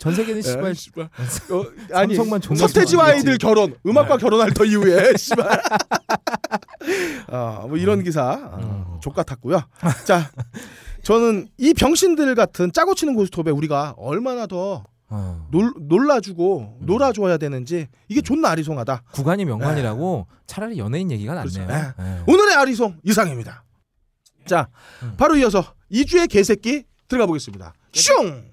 Speaker 2: 전 세계는
Speaker 3: 에,
Speaker 2: 씨발
Speaker 3: 씨발. 어, 아니
Speaker 2: 삼성만 존나
Speaker 3: 서태지와 네.
Speaker 2: 좋아하겠지.
Speaker 3: 아이들 결혼 음악과 결혼할 터 이후에 씨발. 음. 아뭐 이런 기사 아, 족 같았고요. 자 저는 이 병신들 같은 짜고 치는 고스톱에 우리가 얼마나 더
Speaker 2: 어,
Speaker 3: 놀, 놀라주고 놀아줘야 되는지 이게 존나 아리송하다.
Speaker 2: 구간이 명관이라고 차라리 연예인 얘기가 낫네요.
Speaker 3: 네. 그렇죠.
Speaker 2: 예.
Speaker 3: 오늘의 아리송 이상입니다. 자, 바로 이어서 2주의 개새끼 들어가 보겠습니다. 슝!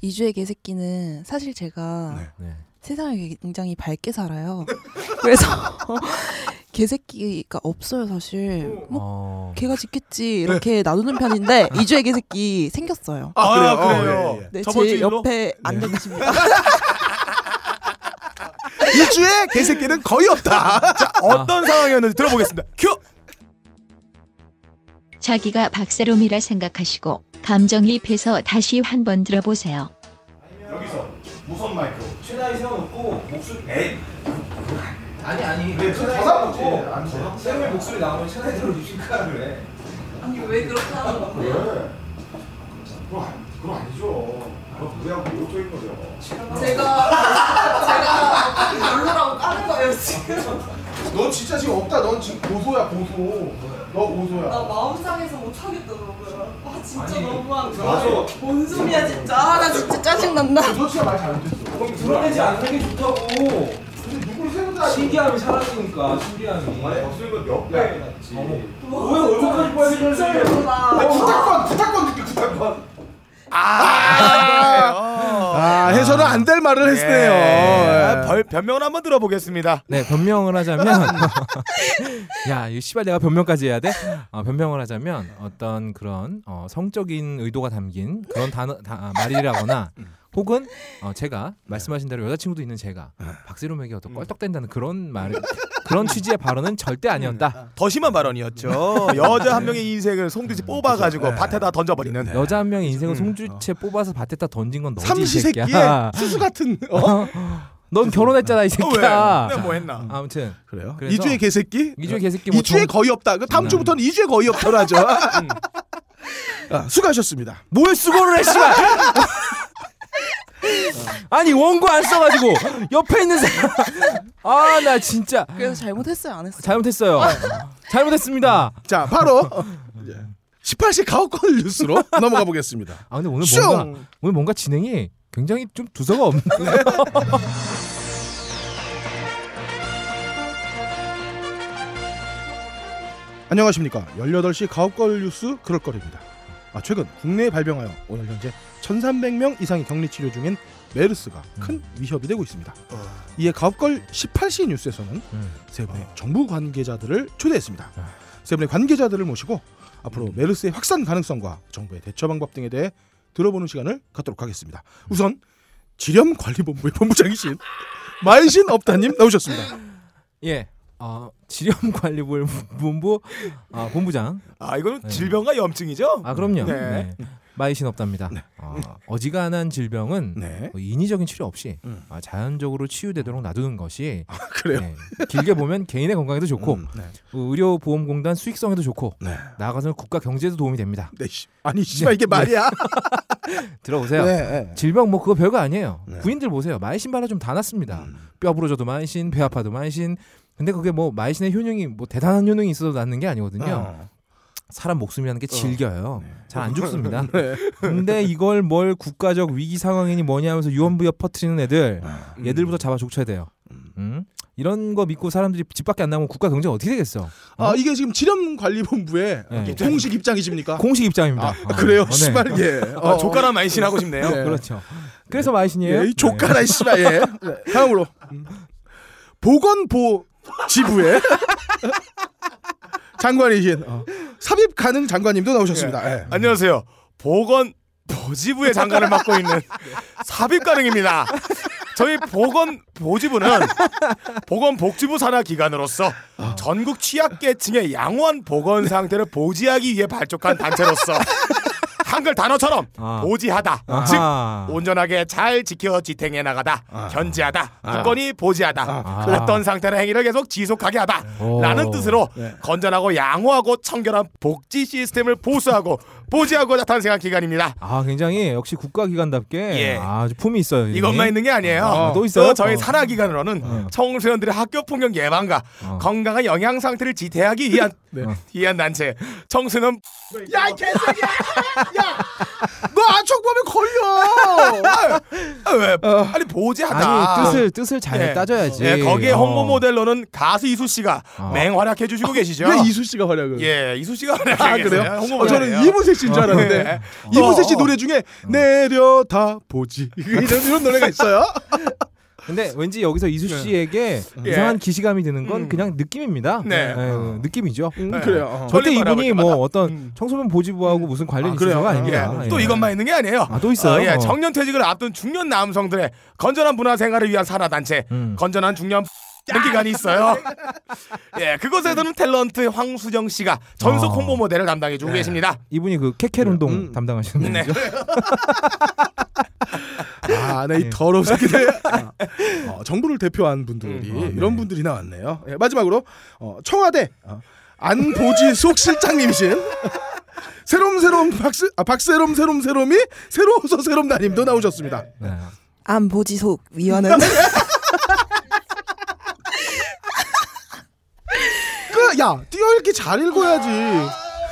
Speaker 4: 이주의 개새끼는 사실 제가
Speaker 2: 네.
Speaker 4: 세상을 굉장히 밝게 살아요. 그래서 개새끼가 없어요 사실. 뭐
Speaker 2: 어.
Speaker 4: 걔가 짓겠지 이렇게 놔두는 편인데 이주의 개새끼 생겼어요.
Speaker 1: 아, 그래요.
Speaker 3: 어,
Speaker 1: 예, 예.
Speaker 4: 네,
Speaker 1: 저번
Speaker 4: 제
Speaker 1: 주일로?
Speaker 4: 옆에 앉아 계십니다.
Speaker 3: 2주의 개새끼는 거의 없다. 자, 아.
Speaker 1: 어떤 상황이었는지 들어보겠습니다. 큐.
Speaker 6: 자기가 박세롬이라 생각하시고 감정이입해서 다시 한 번 들어보세요.
Speaker 9: 여기서 무선 마이크
Speaker 5: 최나이 세워놓고 목소리
Speaker 9: 에이
Speaker 5: 아니 아니
Speaker 9: 네,
Speaker 5: 최나이
Speaker 9: 저 사람 없지. 안
Speaker 5: 세워놓고 세훈이 목소리 나오면 최나이 들어주실까 그래
Speaker 7: 아니 왜 그렇게 하는
Speaker 9: 왜?
Speaker 7: 건데?
Speaker 9: 그건 아니- 그건 아니죠 그건 그냥 오토인 거죠
Speaker 7: 제가 제가 별로라고 까는 거예요 지금.
Speaker 3: 너 진짜 지금 없다. 넌 지금 고소야, 고소. 너 고소야.
Speaker 7: 나 마음 상해서 못 하겠다는 거야. 아 진짜
Speaker 5: 아니,
Speaker 7: 너무한 거야.
Speaker 5: 맞아.
Speaker 7: 뭔 소리야 진짜. 아, 나 진짜 짜증 난다.
Speaker 3: 너 진짜 말 잘못했어.
Speaker 5: 그럼 드러내지 않는 게 좋다고
Speaker 3: 근데 누구를 세운다.
Speaker 5: 신기함이 사라지니까 신기함이
Speaker 9: 없으면 몇
Speaker 5: 네.
Speaker 9: 낫지
Speaker 5: 어머. 왜 얼굴까지 보여주는
Speaker 7: 진짜
Speaker 5: 소리야
Speaker 3: 어,
Speaker 7: 별로다.
Speaker 9: 부탁권 부탁권 느낌 부탁권
Speaker 1: 아.
Speaker 3: 아, 해서는 안 될 말을 했네요.
Speaker 1: 아,
Speaker 3: 예.
Speaker 1: 벌 변명을 한번 들어보겠습니다.
Speaker 2: 네, 변명을 하자면 야, 이 씨발 내가 변명까지 해야 돼? 어, 변명을 하자면 어떤 그런 어, 성적인 의도가 담긴 그런 단어 다, 아, 말이라거나 혹은 어, 제가 말씀하신 대로 여자친구도 있는 제가 박세롬에게 어떤 껄떡댄다는 그런 말 그런 취지의 발언은 절대 아니었다.
Speaker 1: 더 심한 발언이었죠. 여자 한 명의 인생을 송두지 뽑아가지고
Speaker 3: 네.
Speaker 1: 밭에다 던져버리는.
Speaker 2: 여자 한 명의 인생을 송주채 뽑아서 밭에다 던진 건 너지 이
Speaker 3: 삼시세끼의
Speaker 2: 새끼야.
Speaker 3: 수수 같은. 어?
Speaker 2: 넌 결혼했잖아
Speaker 1: 어, 왜?
Speaker 2: 이 새끼야.
Speaker 1: 내가 뭐 했나?
Speaker 2: 아무튼
Speaker 3: 그래요?
Speaker 2: 그래서-
Speaker 3: 2주의 개새끼?
Speaker 2: 이주의 개새끼 뭐
Speaker 3: 2주에
Speaker 2: 정-
Speaker 3: 거의 없다. 그 다음
Speaker 2: 음.
Speaker 3: 주부터는 2주에 거의 없다로 하죠. 아, 수고하셨습니다.
Speaker 2: 뭘 수고를 해, 씨발! 아니, 원고 안 써가지고, 옆에 있는 사람. 아, 나 진짜.
Speaker 4: 그래서 잘못했어요 안 했어요.
Speaker 2: 잘못했어요. 잘못했습니다.
Speaker 3: 자, 바로 18시 가옥권 뉴스로 넘어가 보겠습니다.
Speaker 2: 아, 근데 오늘 뭔가,
Speaker 3: 슝!
Speaker 2: 오늘 뭔가 진행이 굉장히 좀 두서가 없는.
Speaker 3: 안녕하십니까. 18시 가옥권 뉴스 그럴거리입니다. 아, 최근 국내에 발병하여 오늘 현재 1,300명 이상이 격리 치료 중인 메르스가
Speaker 2: 음.
Speaker 3: 큰 위협이 되고 있습니다. 이에 가옥걸 18시 뉴스에서는
Speaker 2: 어. 음.
Speaker 3: 세 분의 정부 관계자들을 초대했습니다.
Speaker 2: 아. 음.
Speaker 3: 세 분의 관계자들을 모시고 앞으로 메르스의 확산 가능성과 정부의 대처 방법 등에 대해 들어보는 시간을 갖도록 하겠습니다. 우선 질염관리본부의 본부장이신 마이신 업다님 나오셨습니다.
Speaker 2: 예. 어, 지렴관리본부 아, 본부장.
Speaker 1: 아 이거는
Speaker 2: 네.
Speaker 1: 질병과 염증이죠.
Speaker 2: 아, 그럼요.
Speaker 1: 네.
Speaker 2: 네. 마이신 업답니다. 어, 아, 어지간한 질병은
Speaker 3: 네.
Speaker 2: 뭐 인위적인 치료 없이
Speaker 3: 음.
Speaker 2: 아, 자연적으로 치유되도록 놔두는 것이
Speaker 3: 그래요.
Speaker 2: 네, 길게 보면 개인의 건강에도 좋고
Speaker 3: 음, 네.
Speaker 2: 어, 의료보험공단 수익성에도 좋고
Speaker 3: 네.
Speaker 2: 나아가서는 국가 경제에도 도움이 됩니다.
Speaker 3: 네, 씨. 아니 씨발 이게 말이야.
Speaker 2: 들어보세요.
Speaker 3: 네.
Speaker 2: 질병 뭐 그거 별거 아니에요.
Speaker 3: 네.
Speaker 2: 군인들 보세요. 마이신 발라 좀 다 났습니다.
Speaker 3: 음.
Speaker 2: 뼈 부러져도 마이신, 배 아파도 마이신. 근데 그게 뭐 마이신의 효능이 뭐 대단한 효능이 있어도 낫는 게 아니거든요.
Speaker 3: 어.
Speaker 2: 사람 목숨이라는 게 질겨요.
Speaker 3: 네.
Speaker 2: 잘 안 죽습니다. 근데 이걸 뭘 국가적 위기 상황이니 뭐냐 하면서 유언부여 퍼트리는 애들
Speaker 3: 아.
Speaker 2: 얘들부터 잡아 족쳐야 돼요. 음? 이런 거 믿고 사람들이 집 밖에 안 나오면 국가 경제 어떻게 되겠어?
Speaker 3: 아 이게 지금 질병관리본부의
Speaker 2: 네.
Speaker 3: 공식 입장이십니까?
Speaker 2: 공식 입장입니다.
Speaker 3: 아,
Speaker 2: 어.
Speaker 3: 그래요,
Speaker 2: 어, 네.
Speaker 3: 씨발 예.
Speaker 1: 아, 조카라 만신하고 싶네요.
Speaker 3: 네.
Speaker 2: 그렇죠. 그래서 마이신이에요.
Speaker 3: 예, 이 조카라 씨발 예. 네. 다음으로 음. 보건보 지부의 장관이신 어. 삽입 가능 장관님도 나오셨습니다. 예.
Speaker 1: 아, 안녕하세요. 보건 보지부의 장관을 맡고 있는 삽입 가능입니다. 저희 보건 보지부는 보건복지부 산하 기관으로서
Speaker 2: 아.
Speaker 1: 전국 취약계층의 양호한 보건
Speaker 2: 네.
Speaker 1: 상태를 보지하기 위해 발족한 단체로서 한글 단어처럼
Speaker 2: 아.
Speaker 1: 보지하다,
Speaker 2: 아하.
Speaker 1: 즉 온전하게 잘 지켜 지탱해 나가다, 견제하다, 굳건히 보지하다,
Speaker 2: 아.
Speaker 1: 어떤 상태나 행위를 계속 지속하게
Speaker 2: 오.
Speaker 1: 하다라는 뜻으로
Speaker 3: 네.
Speaker 1: 건전하고 양호하고 청결한 복지 시스템을 보수하고 보지하고자 탄생한 기관입니다.
Speaker 2: 아 굉장히 역시 국가기관답게
Speaker 1: 예.
Speaker 2: 아주 품이 있어요. 얘네.
Speaker 1: 이것만 있는 게 아니에요.
Speaker 2: 아, 또 있어요?
Speaker 1: 저희
Speaker 2: 어.
Speaker 1: 산하 기관으로는 청소년들의 학교 폭력 예방과
Speaker 2: 어. 네.
Speaker 1: 건강한 영양 상태를 지대하기 위한 위한 단체 청소년
Speaker 3: 야, 이 개새끼야! 야! 너 안청범에 걸려!
Speaker 1: 아, 왜? 아니 보지하다.
Speaker 2: 어. 아니 뜻을 뜻을 잘
Speaker 1: 예.
Speaker 2: 따져야지.
Speaker 1: 예, 거기에 홍보
Speaker 2: 어.
Speaker 1: 모델로는 가수 이수 씨가
Speaker 2: 어.
Speaker 1: 맹활약해 주시고 계시죠.
Speaker 3: 아. 왜 이수 씨가 활약을?
Speaker 1: 예, 이수 씨가
Speaker 3: 아
Speaker 1: 활약해
Speaker 3: 그래요?
Speaker 1: 계세요. 홍보
Speaker 3: 어,
Speaker 1: 모델이에요.
Speaker 3: 저는 이문세 씨인 줄 알았는데
Speaker 1: 네.
Speaker 3: 이문세 씨
Speaker 1: 어, 어.
Speaker 3: 노래 중에 내려다 보지 이런, 이런 노래가 있어요.
Speaker 2: 근데 왠지 여기서 이수 씨에게
Speaker 1: 예.
Speaker 2: 이상한 기시감이 드는 건
Speaker 1: 음.
Speaker 2: 그냥 느낌입니다.
Speaker 1: 네.
Speaker 2: 예, 느낌이죠.
Speaker 3: 음,
Speaker 1: 네.
Speaker 3: 그래요. 어.
Speaker 2: 절대
Speaker 1: 빨리
Speaker 2: 이분이
Speaker 1: 말하고
Speaker 2: 뭐
Speaker 1: 있다.
Speaker 2: 어떤
Speaker 1: 음.
Speaker 2: 청소년 보지부하고 무슨 관련이
Speaker 3: 아,
Speaker 2: 있어서
Speaker 3: 그래요?
Speaker 2: 가
Speaker 1: 예,
Speaker 2: 아닙니다.
Speaker 1: 또
Speaker 2: 예.
Speaker 1: 이것만 있는 게 아니에요.
Speaker 2: 아, 또 있어요?
Speaker 1: 예,
Speaker 2: 어.
Speaker 1: 청년 퇴직을 앞둔 중년 남성들의 건전한 문화 생활을 위한 산하 단체
Speaker 2: 음.
Speaker 1: 건전한 중년 이런 기관이 있어요. 예, 그곳에서는 탤런트 황수정 씨가 전속
Speaker 3: 어.
Speaker 2: 아.
Speaker 1: 홍보 모델을 담당해
Speaker 3: 네.
Speaker 1: 주고 계십니다.
Speaker 2: 이분이 그 케켈 운동
Speaker 3: 음.
Speaker 2: 담당하시는
Speaker 1: 네.
Speaker 2: 분이죠.
Speaker 3: 아, 나이 더러운 새끼들. 아, 어, 정부를 대표한 분들이
Speaker 1: 음, 아,
Speaker 3: 이런 분들이 나왔네요. 예, 마지막으로 어, 청와대 어, 안보지 속 실장님이신 새롬 새롬 박스 아, 박새롬 새롬 새롬이 새로워서 새롬다님도 나오셨습니다.
Speaker 2: 네.
Speaker 4: 안보지속 위원은
Speaker 3: 그야 띄어읽기 잘 읽어야지.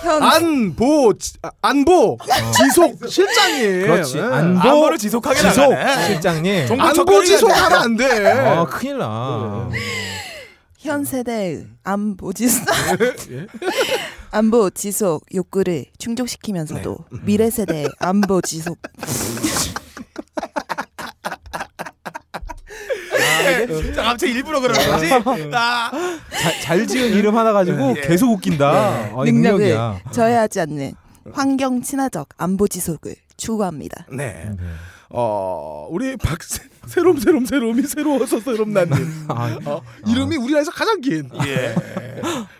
Speaker 4: 현
Speaker 3: 안보 지- 아, 안보 지속 실장님.
Speaker 2: 그렇지.
Speaker 3: 예.
Speaker 2: 안보
Speaker 1: 안보를 네. 지속하게
Speaker 2: 지속
Speaker 1: 나가네. 네.
Speaker 2: 실장님.
Speaker 1: 종-
Speaker 3: 안보
Speaker 1: 척결이
Speaker 3: 지속하면 안 돼.
Speaker 2: 아 큰일 나.
Speaker 1: 네.
Speaker 4: 현 세대의 안보지속 안보지속 욕구를 충족시키면서도 미래 세대의 안보지속
Speaker 3: 아,
Speaker 1: 예, 자, 갑자기 일부러 그러는 거지. 아,
Speaker 2: 자- 잘 지은 이름 하나 가지고
Speaker 3: 네.
Speaker 1: 예.
Speaker 2: 계속 웃긴다. 아, 이
Speaker 4: 능력을
Speaker 2: 능력이야.
Speaker 4: 저해하지 않는 환경 친화적 안보지속을 추구합니다.
Speaker 3: 네. 어 우리 박새 새롬 새롬 새롬이 새로워서 새롬나님
Speaker 2: 아,
Speaker 3: 어, 이름이 우리나라에서 가장 긴 네.
Speaker 1: 예.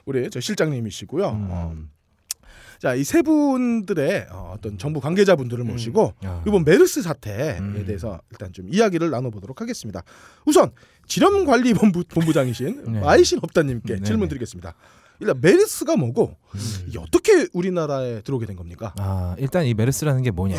Speaker 3: 우리 저 실장님이시고요. 어,
Speaker 2: 음.
Speaker 3: 자이 세 분들의 어, 어떤 정부 관계자분들을 모시고
Speaker 2: 야.
Speaker 3: 이번 메르스 사태에
Speaker 2: 아. 음.
Speaker 3: 대해서 일단 좀 이야기를 나눠보도록 하겠습니다. 우선 질염관리본부 본부장이신
Speaker 2: 네.
Speaker 3: 마이신 업다님께
Speaker 2: 네네. 음.
Speaker 3: 질문드리겠습니다. 일단 메르스가 뭐고 이게 어떻게 우리나라에 들어오게 된 겁니까?
Speaker 2: 아 일단 이 메르스라는 게 뭐냐.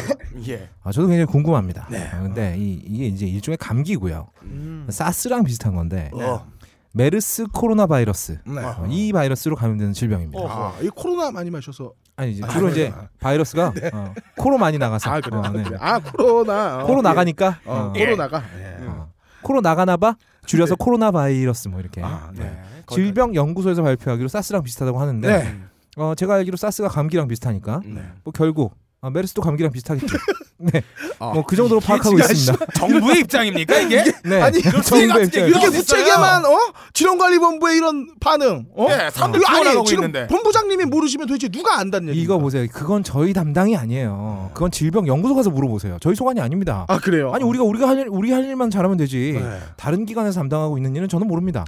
Speaker 1: 예.
Speaker 2: 아 저도 굉장히 궁금합니다.
Speaker 3: 네.
Speaker 2: 아, 근데 이, 이게 이제 일종의 감기고요.
Speaker 3: 음.
Speaker 2: 사스랑 비슷한 건데
Speaker 1: 어.
Speaker 2: 메르스 코로나 바이러스
Speaker 3: 네.
Speaker 2: 어, 이 바이러스로 감염되는 질병입니다.
Speaker 3: 아, 이 코로나 많이 마셔서
Speaker 2: 아니 이제
Speaker 3: 아,
Speaker 2: 주로 이제
Speaker 3: 그래요?
Speaker 2: 바이러스가 어, 코로 많이 나가서
Speaker 3: 아 그래
Speaker 2: 어, 네.
Speaker 3: 아 코로나 어,
Speaker 2: 코로 나가니까
Speaker 3: 예. 어,
Speaker 2: 어,
Speaker 3: 코로나가 예.
Speaker 1: 음.
Speaker 2: 어, 코로 나가나봐 줄여서 코로나 바이러스 뭐 이렇게
Speaker 3: 네. 아, 네.
Speaker 2: 질병 연구소에서 발표하기로 사스랑 비슷하다고 하는데
Speaker 3: 네.
Speaker 2: 어, 제가 알기로 사스가 감기랑 비슷하니까
Speaker 3: 네.
Speaker 2: 뭐 결국 아, 메르스도 감기랑 비슷하겠죠. 네,
Speaker 3: 아,
Speaker 2: 뭐 그 정도로
Speaker 3: 이게
Speaker 2: 파악하고
Speaker 3: 진짜
Speaker 2: 있습니다.
Speaker 1: 정부의 입장입니까 이게?
Speaker 2: 네,
Speaker 3: 아니, 이런
Speaker 2: 정부의
Speaker 1: 같은
Speaker 2: 입장에서.
Speaker 1: 얘기가
Speaker 3: 예. 이렇게
Speaker 1: 어딨어요?
Speaker 3: 무책임한 어? 질병관리본부의 이런 반응. 어?
Speaker 1: 예, 사람들
Speaker 3: 이거
Speaker 1: 피곤하고
Speaker 3: 지금
Speaker 1: 있는데.
Speaker 3: 본부장님이 모르시면 도대체 누가 안다는 얘기?
Speaker 2: 이거 뭐- 보세요. 그건 저희 담당이 아니에요.
Speaker 3: 네.
Speaker 2: 그건 질병 연구소 가서 물어보세요. 저희 소관이 아닙니다.
Speaker 3: 아 그래요?
Speaker 2: 아니 우리가 우리가 할 일, 우리 할 일만 잘하면 되지.
Speaker 3: 네. 아.
Speaker 2: 다른 기관에서 담당하고 있는 일은 저는
Speaker 3: 네.
Speaker 2: 모릅니다.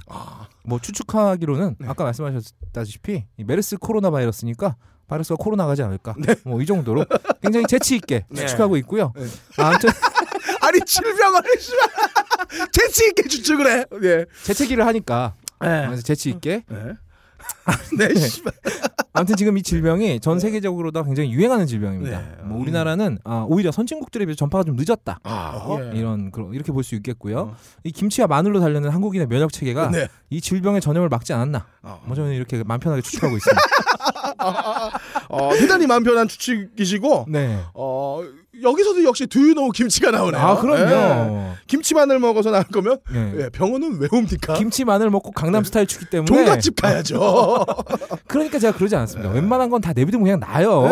Speaker 2: 뭐 추측하기로는 아까 말씀하셨다시피 이 메르스 코로나 바이러스니까 바르스가 코로 나가지 않을까.
Speaker 3: 네.
Speaker 2: 뭐 이 정도로 굉장히 재치 있게 추측하고 있고요. 아, 아무튼
Speaker 3: 아니 질병을 씨발 재치 있게 추측을 해. 예.
Speaker 2: 재채기를 하니까
Speaker 1: 네.
Speaker 2: 그래서 재치 있게
Speaker 3: 네. 네. 씨발.
Speaker 2: 아무튼 지금 이 질병이 전 세계적으로 다 굉장히 유행하는 질병입니다.
Speaker 3: 네.
Speaker 2: 뭐 우리나라는 아, 오히려 선진국들에 비해 전파가 좀 늦었다.
Speaker 1: 어?
Speaker 3: 아, 예.
Speaker 2: 이런 그런- 이렇게 볼 수 있겠고요. 이 김치와 마늘로 달려는 한국인의 면역 체계가
Speaker 3: 어. 네.
Speaker 2: 이 질병의 전염을 막지 않았나.
Speaker 3: 어.
Speaker 2: 뭐 저는 이렇게 마음 편하게 추측하고 있습니다.
Speaker 3: 어, 대단히 마음 편한 추측이시고
Speaker 2: 네.
Speaker 3: 어, 여기서도 역시 두유노 김치가 나오네요.
Speaker 2: 아
Speaker 3: 예.
Speaker 2: 그럼요.
Speaker 3: 김치만을 먹어서 나을 거면
Speaker 2: 네.
Speaker 3: 예, 병원은 왜 옵니까?
Speaker 2: 김치 네. 마늘 먹고 강남 스타일 추기 때문에
Speaker 3: 종갓집 네. 가야죠.
Speaker 2: 그러니까 제가 그러지 않습니다. 웬만한 건 다 내비두면 그냥 나요.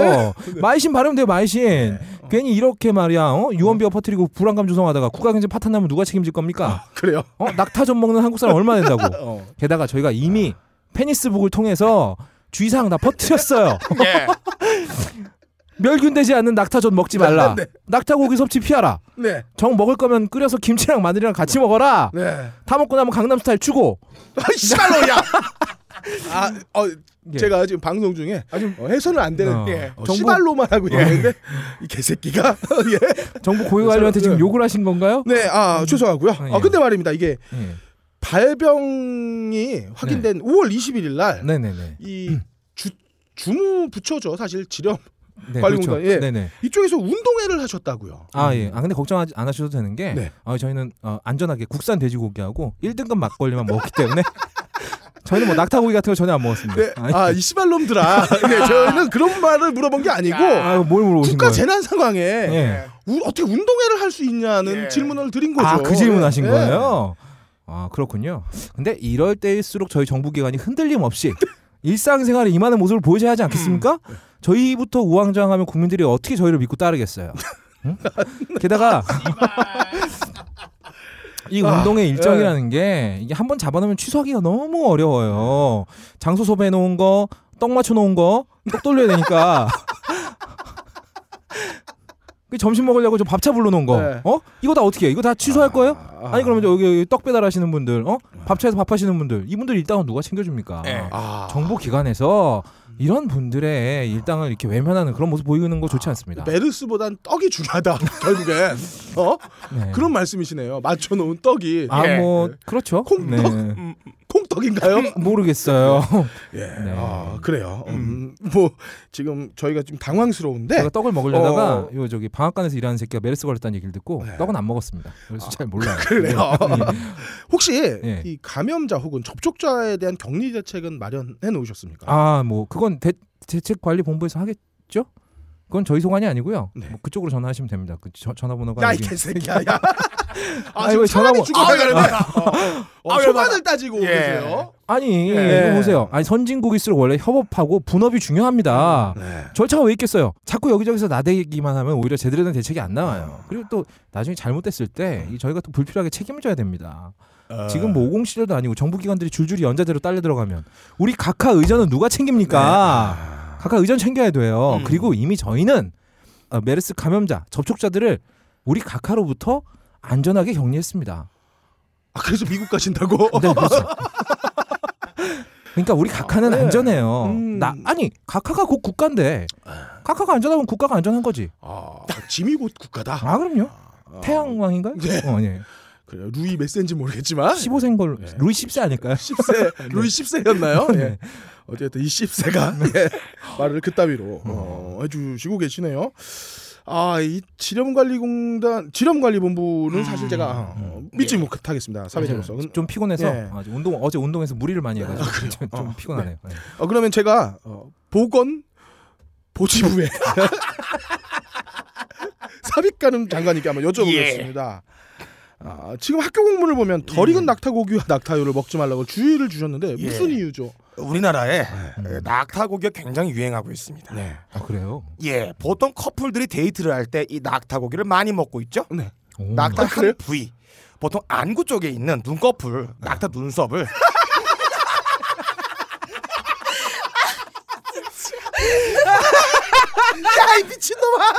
Speaker 3: 네.
Speaker 2: 마이신 바르면 돼요, 마이신. 괜히 이렇게 말이야. 어? 유언비어 퍼뜨리고 불안감 조성하다가 국가 경제 파탄 나면 누가 책임질 겁니까?
Speaker 3: 그래요.
Speaker 2: 어? 낙타전 먹는 한국 사람 얼마 된다고.
Speaker 3: 어. 아.
Speaker 2: 게다가 저희가 이미 페니스북을 통해서 주의사항 다 퍼뜨렸어요.
Speaker 1: 예.
Speaker 2: 멸균되지 않는 낙타전 먹지 말라. 낙타고기 섭취 피하라.
Speaker 3: 네.
Speaker 2: 정 먹을 거면 끓여서 김치랑 마늘이랑 같이 먹어라.
Speaker 3: 네.
Speaker 2: 다 먹고 나면 강남 스타일 추고.
Speaker 3: 아, 씨발로 야. 아, 어,
Speaker 2: 예.
Speaker 3: 제가 지금 방송 중에 어, 해서는 안 되는
Speaker 2: 어.
Speaker 3: 예. 어,
Speaker 2: 정보-
Speaker 3: 씨발로만 하고 있는데 이 개새끼가 예.
Speaker 2: 정부 고위관료한테 지금 욕을 하신 건가요?
Speaker 3: 네, 아 죄송하고요.
Speaker 2: 아,
Speaker 3: 아
Speaker 2: 예.
Speaker 3: 근데 말입니다. 이게
Speaker 2: 예.
Speaker 3: 발병이 확인된 5월 21일 날 이
Speaker 2: 네네네.
Speaker 3: 주, 중부처죠 사실 지렴
Speaker 2: 네,
Speaker 3: 관리공단, 예.
Speaker 2: 네네.
Speaker 3: 이쪽에서 운동회를 하셨다고요.
Speaker 2: 아 예. 아 근데 걱정하지 안 하셔도 되는 게
Speaker 3: 네.
Speaker 2: 어, 저희는 어, 안전하게 국산 돼지고기하고 1등급 막걸리만 먹기 때문에 저희는 뭐 낙타고기 같은 거 전혀 안 먹었습니다.
Speaker 3: 네,
Speaker 2: 아니,
Speaker 3: 아 이 씨발놈들아. 네, 저는 그런 말을 물어본 게 아니고
Speaker 2: 아, 뭘 물어보신
Speaker 3: 국가
Speaker 2: 거예요?
Speaker 3: 재난 상황에
Speaker 2: 예.
Speaker 3: 우- 어떻게 운동회를 할 수 있냐는 질문을 드린 거죠.
Speaker 2: 아 그 질문 하신
Speaker 3: 예.
Speaker 2: 거예요? 아 그렇군요. 근데 이럴 때일수록 저희 정부기관이 흔들림 없이 일상생활에 임하는 모습을 보여줘야 하지 않겠습니까?
Speaker 3: 음.
Speaker 2: 저희부터 우왕좌왕하면 국민들이 어떻게 저희를 믿고 따르겠어요? 응? 게다가 이
Speaker 3: 아,
Speaker 2: 운동의 일정이라는
Speaker 3: 예.
Speaker 2: 게 이게 한 번 잡아놓으면 취소하기가 너무 어려워요. 장소 섭외해 놓은 거, 떡 맞춰 놓은 거, 떡 돌려야 되니까. 그 점심 먹으려고 저 밥차 불러 놓은 거,
Speaker 3: 네.
Speaker 2: 어? 이거 다 어떻게 해? 이거 다 취소할 거예요? 아니 그러면 저 여기, 여기 떡 배달하시는 분들, 어? 밥차에서 밥 하시는 분들, 이분들 일당은 누가 챙겨줍니까?
Speaker 3: 아,
Speaker 2: 정부 기관에서 이런 분들의 일당을 이렇게 외면하는 그런 모습 보이는 거 좋지 않습니다.
Speaker 3: 네. 메르스보단 떡이 중요하다 결국엔 어
Speaker 2: 네.
Speaker 3: 그런 말씀이시네요. 맞춰놓은 떡이
Speaker 2: 아 뭐 그렇죠.
Speaker 3: 콩떡? 음. 콩떡인가요?
Speaker 2: 모르겠어요.
Speaker 3: 예.
Speaker 2: 음. 네.
Speaker 3: 아, 그래요. 음, 뭐 지금 저희가 좀 당황스러운데
Speaker 2: 제가 떡을 먹으려다가
Speaker 3: 네. 어.
Speaker 2: 요 저기 방앗간에서 일하는 새끼가 메르스 걸렸다는 얘기를 듣고
Speaker 3: 네. 아,
Speaker 2: 떡은 안 먹었습니다. 그래서 잘 몰라요. 네.
Speaker 3: 그래요. 혹시
Speaker 2: 예.
Speaker 3: 이 감염자 혹은 접촉자에 대한 격리 대책은 마련해 놓으셨습니까?
Speaker 2: 아 뭐 그건 대, 대책 관리 본부에서 하겠죠? 그건 저희 소관이 아니고요.
Speaker 3: 네.
Speaker 2: 뭐 그쪽으로 전화하시면 됩니다. 그 저- 전화번호가
Speaker 3: 야 이
Speaker 2: 지금-
Speaker 3: 개새끼야. 야. 아,
Speaker 2: 아니,
Speaker 3: 지금
Speaker 2: 왜
Speaker 3: 사람이
Speaker 2: 전화번-
Speaker 3: 죽어야 되는데.
Speaker 2: 아,
Speaker 3: 어, 어, 소관을 따지고 계세요.
Speaker 2: 아니
Speaker 3: 예.
Speaker 2: 이거 보세요. 아니 선진국일수록 원래 협업하고 분업이 중요합니다.
Speaker 3: 네.
Speaker 2: 절차가 왜 있겠어요? 자꾸 여기저기서 나대기만 하면 오히려 제대로 된 대책이 안 나와요. 그리고 또 나중에 잘못됐을 때이 저희가 또 불필요하게 책임을 져야 됩니다.
Speaker 3: 아. 어.
Speaker 2: 지금 뭐 50 시절도 아니고 정부 기관들이 줄줄이 연자제로 딸려 들어가면 우리 각하 의전은 누가 챙깁니까? 각하 의전 챙겨야 돼요. 그리고 이미 저희는 어, 메르스 감염자 접촉자들을 우리 각하로부터 안전하게 격리했습니다.
Speaker 3: 아, 그래서 미국 가신다고?
Speaker 2: 네, 그렇죠. 그러니까 우리 각하는
Speaker 3: 아, 네.
Speaker 2: 안전해요.
Speaker 3: 음.
Speaker 2: 나 아니 각하가 곧 국가인데 각하가 안전하면 국가가 안전한 거지.
Speaker 3: 아, 짐이 곧 국가다.
Speaker 2: 아 그럼요.
Speaker 3: 아,
Speaker 2: 태양왕인가요?
Speaker 3: 네.
Speaker 2: 어, 네.
Speaker 3: 그래요. 루이 몇 세인지 모르겠지만
Speaker 2: 15세인 걸로
Speaker 3: 네.
Speaker 2: 루이 10세 아닐까요?
Speaker 3: 10세 루이 10세였나요?
Speaker 2: 네.
Speaker 3: 예. 어쨌든 이 10세가 예. 말을 그따위로 어, 해주시고 계시네요. 아, 이 지렴관리공단 지렴관리본부는 사실 제가 어, 믿지 못하겠습니다. 사회자로서.
Speaker 2: 좀 피곤해서
Speaker 3: 예.
Speaker 2: 아, 운동 어제 운동해서 무리를 많이 해가지고 좀, 좀
Speaker 3: 어,
Speaker 2: 피곤하네요. 네.
Speaker 3: 어, 그러면 제가 어, 보건 보지부에 삽입가는 장관님께 한번
Speaker 1: 예.
Speaker 3: 여쭤보겠습니다. 아, 지금 학교 공문을 보면 덜 익은 낙타고기와 낙타유를 먹지 말라고 주의를 주셨는데 무슨
Speaker 1: 예.
Speaker 3: 이유죠?
Speaker 1: 우리나라에
Speaker 2: 네.
Speaker 1: 낙타고기가 굉장히 유행하고 있습니다.
Speaker 3: 네.
Speaker 2: 아 그래요?
Speaker 1: 예, 보통 커플들이 데이트를 할 때 이 낙타고기를 많이 먹고 있죠.
Speaker 2: 네. 오.
Speaker 1: 낙타
Speaker 3: 아, 그래요?
Speaker 1: 한 부위, 보통 안구 쪽에 있는 눈꺼풀,
Speaker 2: 네.
Speaker 1: 낙타 눈썹을
Speaker 3: 야이 미친놈아!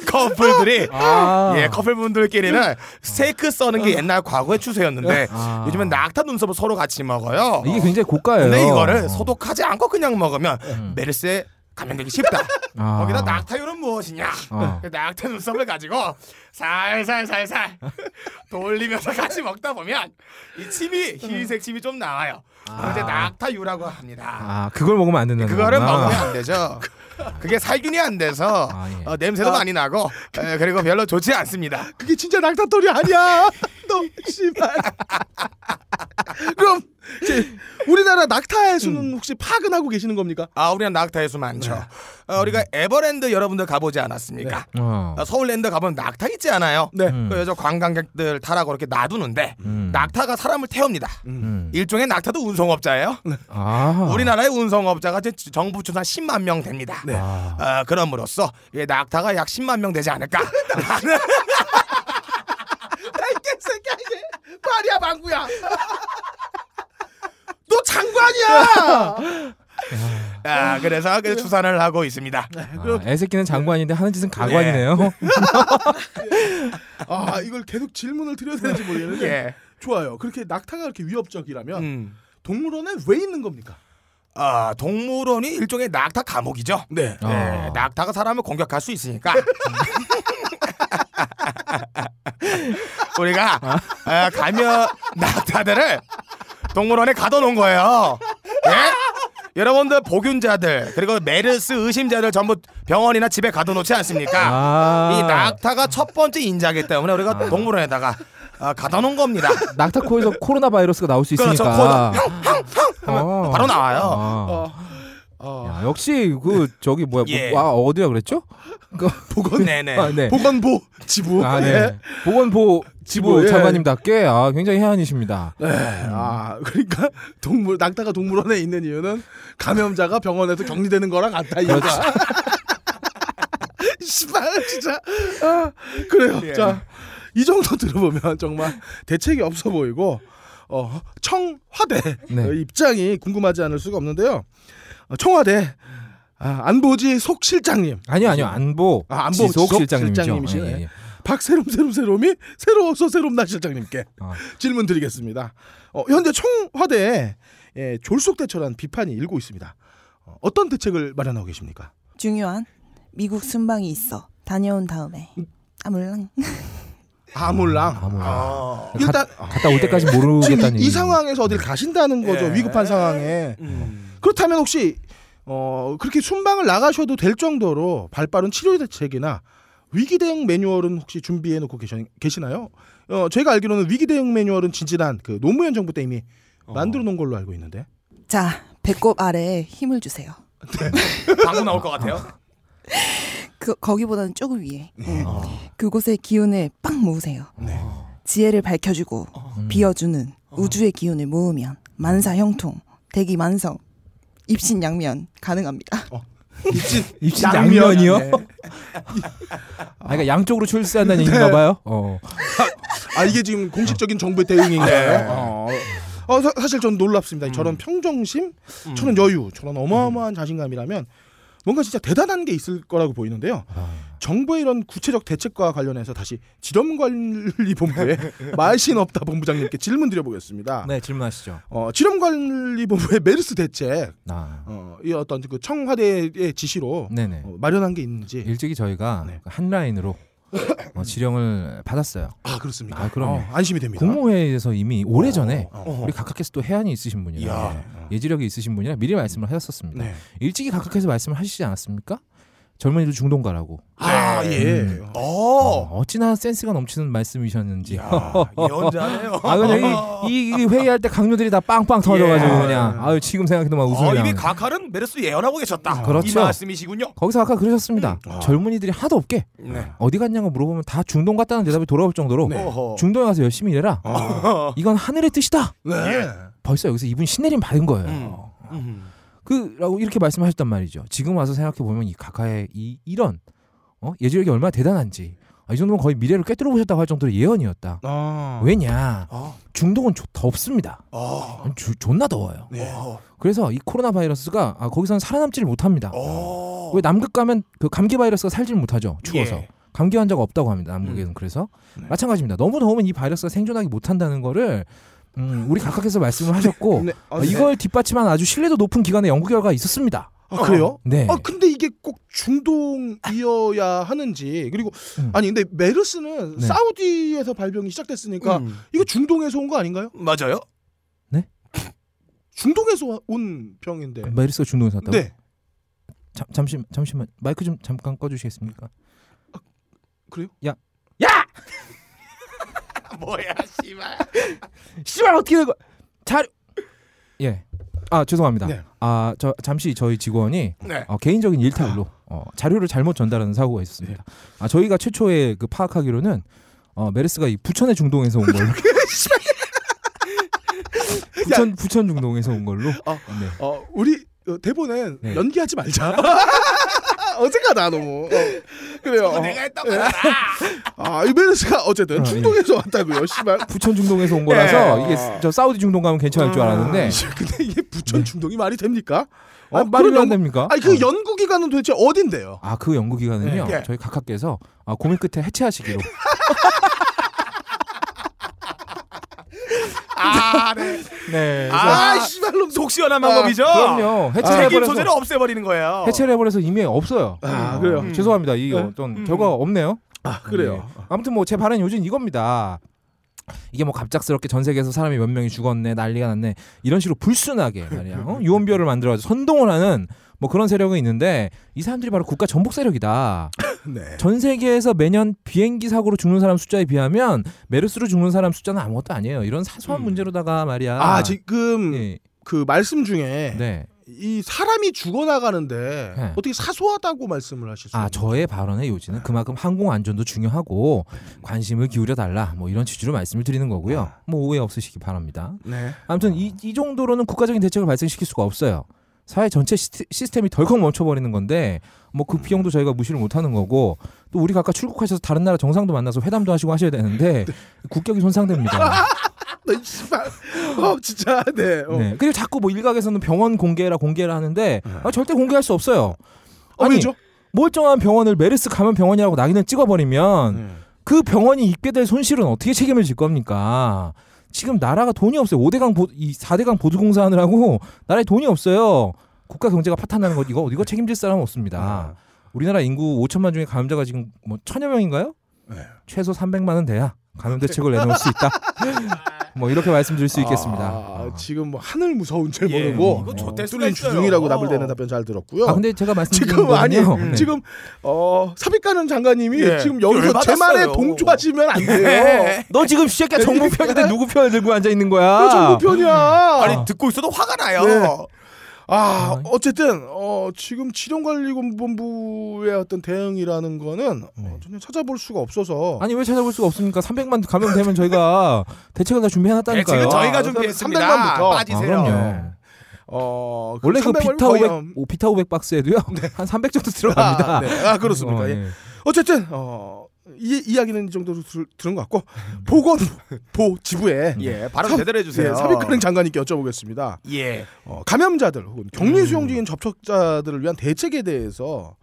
Speaker 1: 커플들이
Speaker 2: 아.
Speaker 1: 예 커플분들끼리는 스테이크 써는 게 옛날 과거의 추세였는데
Speaker 2: 음. 아.
Speaker 1: 요즘은 낙타 눈썹을 서로 같이 먹어요.
Speaker 2: 이게 굉장히 고가예요. 음.
Speaker 1: 근데 이거를 소독하지 않고 그냥 먹으면 메르스에 감염되기 쉽다.
Speaker 2: 아.
Speaker 1: 거기다 낙타유는 무엇이냐?
Speaker 2: 어.
Speaker 1: 그 낙타 눈썹을 가지고 살살살살 돌리면서 같이 먹다 보면 이 침이 흰색 침이 좀 나와요. 그걸 이제 낙타유라고 합니다.
Speaker 2: 아 그걸 먹으면 안 된다는
Speaker 1: 네, 그거를
Speaker 2: 거구나.
Speaker 1: 먹으면 안 되죠. 그게 살균이 안 돼서
Speaker 2: 아, 예.
Speaker 1: 어, 냄새도 많이 나고 에, 그리고 별로 좋지 않습니다.
Speaker 3: 그게 진짜 낙타털이 아니야. 너 씨발. 그럼 이제 우리나라
Speaker 1: 음.
Speaker 3: 낙타의 수는 혹시 파악은 하고 계시는 겁니까?
Speaker 1: 아, 우리는 낙타의 수 많죠.
Speaker 3: 네.
Speaker 1: 어, 우리가 에버랜드 여러분들 가보지 않았습니까?
Speaker 2: 어.
Speaker 1: 어, 서울랜드 가면 낙타 있지 않아요?
Speaker 3: 네.
Speaker 2: 음.
Speaker 1: 그래서 관광객들 타라고 이렇게 놔두는데
Speaker 2: 음.
Speaker 1: 낙타가 사람을 태웁니다.
Speaker 2: 음.
Speaker 1: 일종의 낙타도 운송업자예요.
Speaker 3: 네.
Speaker 2: 아.
Speaker 1: 우리나라의 운송업자가 제- 정부 추산 10만 명 됩니다.
Speaker 3: 네.
Speaker 2: 아.
Speaker 1: 어, 그럼으로써 이 낙타가 약 10만 명 되지 않을까?
Speaker 3: 아이 개새끼야 이게 말이야 방구야. 너 장관이야.
Speaker 1: 아, 그래서
Speaker 3: 네.
Speaker 1: 그 추산을 하고 있습니다.
Speaker 2: 아, 애새끼는 장관인데 하는 짓은 가관이네요.
Speaker 3: 아 이걸 계속 질문을 드려야 되는지 모르겠는데
Speaker 1: 예.
Speaker 3: 좋아요. 그렇게 낙타가 그렇게 위협적이라면
Speaker 1: 음.
Speaker 3: 동물원에 왜 있는 겁니까?
Speaker 1: 아, 동물원이 일종의 낙타 감옥이죠.
Speaker 3: 네.
Speaker 2: 어.
Speaker 1: 네, 낙타가 사람을 공격할 수 있으니까 우리가 어, 가면 낙타들을 동물원에 가둬놓은 거예요. 예? 여러분들 보균자들 그리고 메르스 의심자들 전부 병원이나 집에 가둬놓지 않습니까?
Speaker 2: 아.
Speaker 1: 이 낙타가 첫 번째 인자기 때문에 우리가 동물원에다가 어, 가둬놓은 겁니다.
Speaker 2: 낙타 코에서 코로나 바이러스가 나올 수
Speaker 1: 그렇죠.
Speaker 2: 있으니까. 어.
Speaker 1: 바로 나와요.
Speaker 2: 아.
Speaker 3: 어,
Speaker 2: 야, 역시 그 저기 뭐야?
Speaker 1: 예.
Speaker 2: 뭐, 아, 어디야 그랬죠? 그,
Speaker 1: 보건 네네.
Speaker 2: 아, 네.
Speaker 3: 보건보 지부.
Speaker 2: 아,
Speaker 3: 예.
Speaker 2: 네. 보건보 지부
Speaker 3: 지부, 예.
Speaker 2: 장관님답게 아, 굉장히 해안이십니다.
Speaker 3: 네. 아, 그러니까 동물 낙타가 동물원에 있는 이유는 감염자가 병원에서 격리되는 거랑 같다
Speaker 2: 그렇죠.
Speaker 3: 이거다. 씨발 진짜. 아, 그래요.
Speaker 1: 예.
Speaker 3: 자, 이 정도 들어보면 정말 대책이 없어 보이고 어, 청와대
Speaker 2: 네.
Speaker 3: 어, 입장이 궁금하지 않을 수가 없는데요. 어, 청와대 아, 안보지 속 실장님
Speaker 2: 아니요, 아니요. 안보.
Speaker 3: 아, 안보
Speaker 2: 지속
Speaker 3: 지속
Speaker 2: 실장님이죠. 예,
Speaker 3: 실장님이시네. 박세롬 세롬 세롬이 새로워서 새롬나 실장님께
Speaker 2: 아.
Speaker 3: 질문 드리겠습니다. 어, 현재 청와대에 예, 졸속 대처란 비판이 일고 있습니다. 어, 어떤 대책을 마련하고 계십니까?
Speaker 4: 중요한 미국 순방이 있어. 다녀온 다음에. 아 물랑.
Speaker 3: 아몰랑
Speaker 2: 아무 뭐,
Speaker 1: 어.
Speaker 3: 일단
Speaker 2: 갔다 올 때까지
Speaker 3: 지금
Speaker 2: 모르겠다는 네.
Speaker 3: 이, 이
Speaker 2: 얘기.
Speaker 3: 상황에서 어딜 가신다는 거죠
Speaker 1: 예.
Speaker 3: 위급한 상황에
Speaker 1: 음.
Speaker 3: 그렇다면 혹시 어, 그렇게 순방을 나가셔도 될 정도로 발빠른 치료 대책이나 위기 대응 매뉴얼은 혹시 준비해 놓고 계시나요? 어, 제가 알기로는 위기 대응 매뉴얼은 진지한 그 노무현 정부 때 이미 만들어 놓은 걸로 알고 있는데
Speaker 4: 자 배꼽 아래에 힘을 주세요.
Speaker 1: 방구 나올 것 같아요.
Speaker 4: 그 거기보다는 조금 위에. 음. 그곳의 기운을 빵 모으세요. 지혜를 밝혀주고 비워주는 우주의 기운을 모으면 만사 형통, 대기 만성, 입신양면 가능합니다.
Speaker 3: 입신
Speaker 2: 입신 양면이요? 아, 그러니까 양쪽으로 출세한다는 얘기인가 봐요. 어.
Speaker 3: 아 이게 지금 공식적인 정부의
Speaker 2: 네.
Speaker 3: 대응인가요? 어. 어, 사, 사실 전 놀랍습니다. 저런
Speaker 2: 음.
Speaker 3: 평정심, 저런 여유, 저런 어마어마한 자신감이라면 뭔가 진짜 대단한 게 있을 거라고 보이는데요.
Speaker 2: 아.
Speaker 3: 정부의 이런 구체적 대책과 관련해서 다시 질병관리본부의 말신 없다 본부장님께 질문 드려보겠습니다.
Speaker 2: 네, 질문하시죠.
Speaker 3: 어, 질병관리본부의 메르스 대책,
Speaker 2: 아.
Speaker 3: 어, 이 어떤 그 청와대의 지시로
Speaker 2: 네, 예. 네.
Speaker 3: 어, 마련한 게 있는지.
Speaker 2: 일찍이 저희가
Speaker 3: 네.
Speaker 2: 한 라인으로 어, 지령을 받았어요.
Speaker 3: 아 그렇습니까?
Speaker 2: 아, 그럼요.
Speaker 3: 어, 안심이 됩니다.
Speaker 2: 국무회의에서 이미 오래 전에
Speaker 3: 어,
Speaker 2: 우리 각하께서 또 해안이 있으신 분이라 네. 예지력이 있으신 분이라 미리 말씀을 하셨었습니다.
Speaker 3: 네.
Speaker 2: 일찍이 각하께서 말씀을 하시지 않았습니까? 젊은이들 중동가라고.
Speaker 3: 아
Speaker 2: 네.
Speaker 3: 예.
Speaker 1: 어.
Speaker 2: 어, 어찌나 센스가 넘치는 말씀이셨는지.
Speaker 1: 야, 어, 예언자네요. 어.
Speaker 2: 아 그냥 이, 이 회의할 때 강요들이 다 빵빵 터져가지고
Speaker 1: 예.
Speaker 2: 그냥 아유 지금 생각해도 막 웃음이
Speaker 1: 어, 이미
Speaker 2: 나는.
Speaker 1: 가칼은 메르스 예언하고 계셨다. 이
Speaker 2: 그렇죠.
Speaker 1: 말씀이시군요.
Speaker 2: 거기서 아까 그러셨습니다.
Speaker 3: 음. 아.
Speaker 2: 젊은이들이 하도 없게
Speaker 1: 네.
Speaker 2: 어디 갔냐고 물어보면 다 중동 갔다는 대답이 돌아올 정도로
Speaker 1: 어허. 아.
Speaker 2: 중동에 가서 열심히 일해라. 이건 하늘의 뜻이다. 예.
Speaker 3: 네.
Speaker 2: 벌써 여기서 이분 신내림 받은 거예요. 아.
Speaker 1: 음. 음.
Speaker 2: 그라고 이렇게 말씀하셨단 말이죠. 지금 와서 생각해 보면 이 가카의 이 이런 어? 예지력이 얼마나 대단한지 아, 이 정도면 거의 미래를 꿰뚫어 보셨다고 할 정도로 예언이었다.
Speaker 3: 아.
Speaker 2: 왜냐
Speaker 1: 어.
Speaker 2: 중동은 좋- 덥습니다.
Speaker 1: 어.
Speaker 2: 아니, 주- 존나 더워요.
Speaker 3: 네.
Speaker 1: 어.
Speaker 2: 그래서 이 코로나 바이러스가 아, 거기서는 살아남지를 못합니다.
Speaker 1: 어.
Speaker 2: 왜 남극 가면 그 감기 바이러스가 살지를 못하죠. 추워서
Speaker 1: 예.
Speaker 2: 감기 환자가 없다고 합니다.
Speaker 3: 음.
Speaker 2: 남극에는 그래서
Speaker 3: 네.
Speaker 2: 마찬가지입니다. 너무 더우면 이 바이러스가 생존하기 못한다는 거를 음, 우리 각각께서 말씀을 하셨고
Speaker 3: 네. 아,
Speaker 2: 어, 이걸 뒷받침한 아주 신뢰도 높은 기관의 연구 결과가 있었습니다.
Speaker 3: 아, 그래요?
Speaker 2: 네.
Speaker 3: 아 근데 이게 꼭 중동이어야 하는지 그리고
Speaker 2: 음.
Speaker 3: 아니 근데 메르스는
Speaker 2: 네.
Speaker 3: 사우디에서 발병이 시작됐으니까
Speaker 1: 음.
Speaker 3: 이거 중동에서 온 거 아닌가요?
Speaker 1: 맞아요.
Speaker 3: 중동에서 온 병인데.
Speaker 2: 메르스가 그 중동에서 왔다고?
Speaker 3: 네.
Speaker 2: 잠, 잠시, 잠시만 마이크 좀 잠깐 꺼주시겠습니까?
Speaker 3: 아, 그래요?
Speaker 2: 야, 야!
Speaker 1: 뭐야, 씨발.
Speaker 2: 씨발 어떻게 된 거야? 자, 예. 아 죄송합니다.
Speaker 3: 네.
Speaker 2: 아 저 잠시 저희 직원이
Speaker 1: 네.
Speaker 2: 어, 개인적인 일탈로 어, 자료를 잘못 전달하는 사고가 있었습니다.
Speaker 3: 네.
Speaker 2: 아 저희가 최초에 그 파악하기로는 어, 메르스가 이 부천의 중동에서 온 걸로. 부천 부천 중동에서 온 걸로.
Speaker 3: 어.
Speaker 2: 네.
Speaker 3: 어 우리 어, 대본엔
Speaker 2: 네.
Speaker 3: 연기하지 말자. 어색하다 너무. 어, 그래요. 어.
Speaker 1: 내가 했던 거야.
Speaker 3: 아, 이 메르스가 어쨌든
Speaker 2: 아,
Speaker 3: 중동에서 왔다고요. 씨발.
Speaker 2: 부천 중동에서 온
Speaker 3: 네.
Speaker 2: 거라서 이게 스- 저 사우디 중동 가면 괜찮을
Speaker 3: 음.
Speaker 2: 줄 알았는데.
Speaker 3: 아, 이씨, 근데 이게 부천 중동이 말이 됩니까?
Speaker 2: 네. 어,
Speaker 3: 아,
Speaker 2: 말이
Speaker 3: 그럼
Speaker 2: 안
Speaker 3: 연구-
Speaker 2: 됩니까?
Speaker 3: 아니
Speaker 2: 어.
Speaker 3: 그 네. 연구기관은 도대체 어딘데요?
Speaker 2: 아 그 연구 기관은요
Speaker 1: 예.
Speaker 2: 저희 각하께서 아, 고민 끝에 해체하시기로
Speaker 1: 아, 네.
Speaker 2: 네
Speaker 1: 아,
Speaker 3: 아,
Speaker 1: 씨.
Speaker 3: 씨발 놈.
Speaker 1: 속 시원한 방법이죠.
Speaker 2: 그럼요 해체를
Speaker 1: 책임
Speaker 2: 해버려서
Speaker 1: 소재를 없애버리는 거예요.
Speaker 2: 해체를 해버려서 이미 없어요
Speaker 3: 아,
Speaker 2: 어,
Speaker 3: 그래요.
Speaker 2: 음. 죄송합니다 이
Speaker 3: 네?
Speaker 2: 어떤
Speaker 1: 음.
Speaker 2: 결과가 없네요
Speaker 3: 아, 그래요.
Speaker 2: 네. 아무튼 뭐 제 발언 요즘 이겁니다 이게 뭐 갑작스럽게 전 세계에서 사람이 몇 명이 죽었네 난리가 났네 이런 식으로 불순하게 말이야 어? 유언비어를 만들어서 선동을 하는 뭐 그런 세력이 있는데 이 사람들이 바로 국가 전복 세력이다
Speaker 3: 네.
Speaker 2: 전 세계에서 매년 비행기 사고로 죽는 사람 숫자에 비하면 메르스로 죽는 사람 숫자는 아무것도 아니에요. 이런 사소한
Speaker 1: 음.
Speaker 2: 문제로다가 말이야.
Speaker 3: 아, 지금
Speaker 2: 예,
Speaker 3: 그 말씀 중에
Speaker 2: 네.
Speaker 3: 이 사람이 죽어나가는데
Speaker 2: 네.
Speaker 3: 어떻게 사소하다고 말씀을 하실 수
Speaker 2: 아,
Speaker 3: 있나요?
Speaker 2: 저의 발언의 요지는 그만큼 항공 안전도 중요하고 관심을 기울여 달라. 뭐 이런 취지로 말씀을 드리는 거고요.
Speaker 3: 아.
Speaker 2: 뭐 오해 없으시기 바랍니다.
Speaker 3: 네.
Speaker 2: 아무튼 이, 이 정도로는 국가적인 대책을 발생시킬 수가 없어요. 사회 전체 시스- 시스템이 덜컥 멈춰버리는 건데 뭐
Speaker 3: 음.
Speaker 2: 그 비용도 저희가 무시를 못하는 거고 또 우리 각각 출국하셔서 다른 나라 정상도 만나서 회담도 하시고 하셔야 되는데
Speaker 3: 네.
Speaker 2: 국격이 손상됩니다.
Speaker 3: 나 아, 씨발. 어, 진짜. 네. 어.
Speaker 2: 네. 그리고 자꾸 뭐 일각에서는 병원 공개라 공개라 하는데 아, 절대 공개할 수 없어요.
Speaker 3: 어,
Speaker 2: 아니,
Speaker 3: 왜죠?
Speaker 2: 멀쩡한 병원을 메르스 감염 병원이라고 낙인을
Speaker 3: 네.
Speaker 2: 찍어버리면 그 병원이 입게 될 손실은 어떻게 책임을 질 겁니까? 지금 나라가 돈이 없어요. 5대강 보, 이 4대강 보수공사 하느라고 나라에 돈이 없어요. 국가 경제가 파탄나는 거 이거 이거 책임질 사람은 없습니다. 우리나라 인구 5천만 중에 감염자가 지금 뭐 천여 명인가요? 최소 300만은 돼야 감염 대책을 내놓을 수 있다. 뭐 이렇게 말씀드릴 수 있겠습니다. 음,
Speaker 3: 아, 지금 뭐 하늘 무서운 죄
Speaker 1: 예,
Speaker 3: 모르고
Speaker 1: 이거
Speaker 3: 어,
Speaker 1: 좋댈 수가
Speaker 3: 뚫린
Speaker 1: 있어요.
Speaker 3: 주둥이라고 답을 대는 답변 잘 들었고요.
Speaker 2: 아 근데 제가 말씀드린
Speaker 3: 지금 아니
Speaker 2: 거는요. 네.
Speaker 3: 지금 어 삽입가는 장관님이
Speaker 1: 예.
Speaker 3: 지금 여기서 제
Speaker 1: 열받았어요.
Speaker 3: 말에 동조하시면 안
Speaker 1: 네.
Speaker 3: 돼요.
Speaker 2: 너 지금 이 네. 새끼야 정부 편인데 누구 편을 들고 앉아 있는 거야?
Speaker 3: 그 정부 편이야.
Speaker 1: 아니 듣고 있어도 화가 나요.
Speaker 3: 네. 아
Speaker 2: 아이.
Speaker 3: 어쨌든 어 지금 질병관리본부의 어떤 대응이라는 거는 어, 전혀 찾아볼 수가 없어서
Speaker 2: 네. 아니 왜 찾아볼 수가 없습니까? 300만 감염되면 저희가 대책을 다 준비해놨다니까요.
Speaker 1: 네, 지금 저희가
Speaker 3: 아,
Speaker 1: 준비했습니다.
Speaker 3: 300만 부터.
Speaker 2: 아,
Speaker 1: 빠지세요.
Speaker 2: 그럼요.
Speaker 3: 어
Speaker 2: 원래 그
Speaker 3: 300만
Speaker 2: 비타 500,
Speaker 3: 거의,
Speaker 2: 오, 비타 500 박스에도요
Speaker 1: 네.
Speaker 2: 한 300 정도 들어갑니다.
Speaker 3: 아, 네. 아 그렇습니까?
Speaker 2: 어,
Speaker 3: 예.
Speaker 2: 예.
Speaker 3: 어쨌든 어. 이 이야기는 이 정도로 들, 은것 같고 보건보 지부에
Speaker 2: 음. 네.
Speaker 1: 예, 발언
Speaker 3: 삽-
Speaker 1: 제대로 해주세요.
Speaker 3: 예,
Speaker 2: 어.
Speaker 3: 삽입가는 장관님께 여쭤보겠습니다.
Speaker 1: 예.
Speaker 3: 어, 감염자들 혹은
Speaker 2: 음.
Speaker 3: 격리 수용중인 접촉자들을 위한 대책에 대해서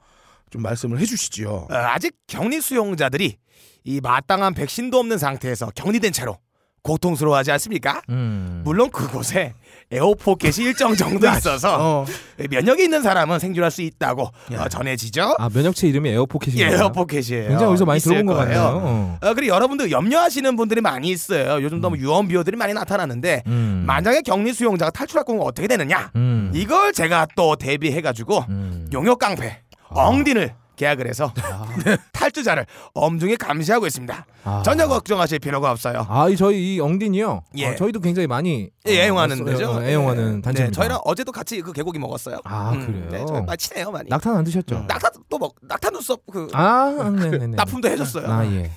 Speaker 3: 좀 말씀을 해주시지요.
Speaker 1: 어, 아직 격리 수용자들이 이 마땅한 백신도 없는 상태에서 격리된 채로 고통스러워하지 않습니까?
Speaker 2: 음.
Speaker 1: 물론 그곳에 에어포켓이 일정 정도 있어서
Speaker 3: 어,
Speaker 1: 면역이 있는 사람은 생존할 수 있다고 어, 전해지죠.
Speaker 2: 예. 아 면역체 이름이 에어포켓이에요.
Speaker 1: 예, 에어포켓이에요.
Speaker 2: 굉장히 어디서 많이
Speaker 1: 있을
Speaker 2: 들어본 것 같네요.
Speaker 1: 거예요.
Speaker 2: 어.
Speaker 1: 어, 그리고 여러분들 염려하시는 분들이 많이 있어요. 요즘 너무 유언 비어들이 많이 나타나는데
Speaker 2: 음.
Speaker 1: 만약에 격리 수용자가 탈출할 경우 어떻게 되느냐?
Speaker 2: 음.
Speaker 1: 이걸 제가 또 대비해가지고
Speaker 2: 음. 아.
Speaker 1: 용역 깡패 엉딘을 계약을 해서 탈주자를 엄중히 감시하고 있습니다.
Speaker 2: 아.
Speaker 1: 전혀 걱정하실 필요가 없어요.
Speaker 2: 아, 이 저희 이 엉딘이요.
Speaker 1: 예.
Speaker 2: 어, 저희도 굉장히 많이
Speaker 1: 예,
Speaker 2: 어,
Speaker 1: 애용하는
Speaker 2: 어,
Speaker 1: 데죠.
Speaker 2: 어, 애용하는
Speaker 1: 예.
Speaker 2: 단체입니다.
Speaker 1: 네, 저희랑 어제도 같이 그 개고기 먹었어요.
Speaker 2: 아, 그래요?
Speaker 1: 네, 저희 많이 친해요 많이. 낙...
Speaker 2: 낙타는 안 드셨죠?
Speaker 1: 타또 먹, 낙타 눈썹 그
Speaker 2: 아, 네네네.
Speaker 1: 납품도 해줬어요.
Speaker 2: 아 예.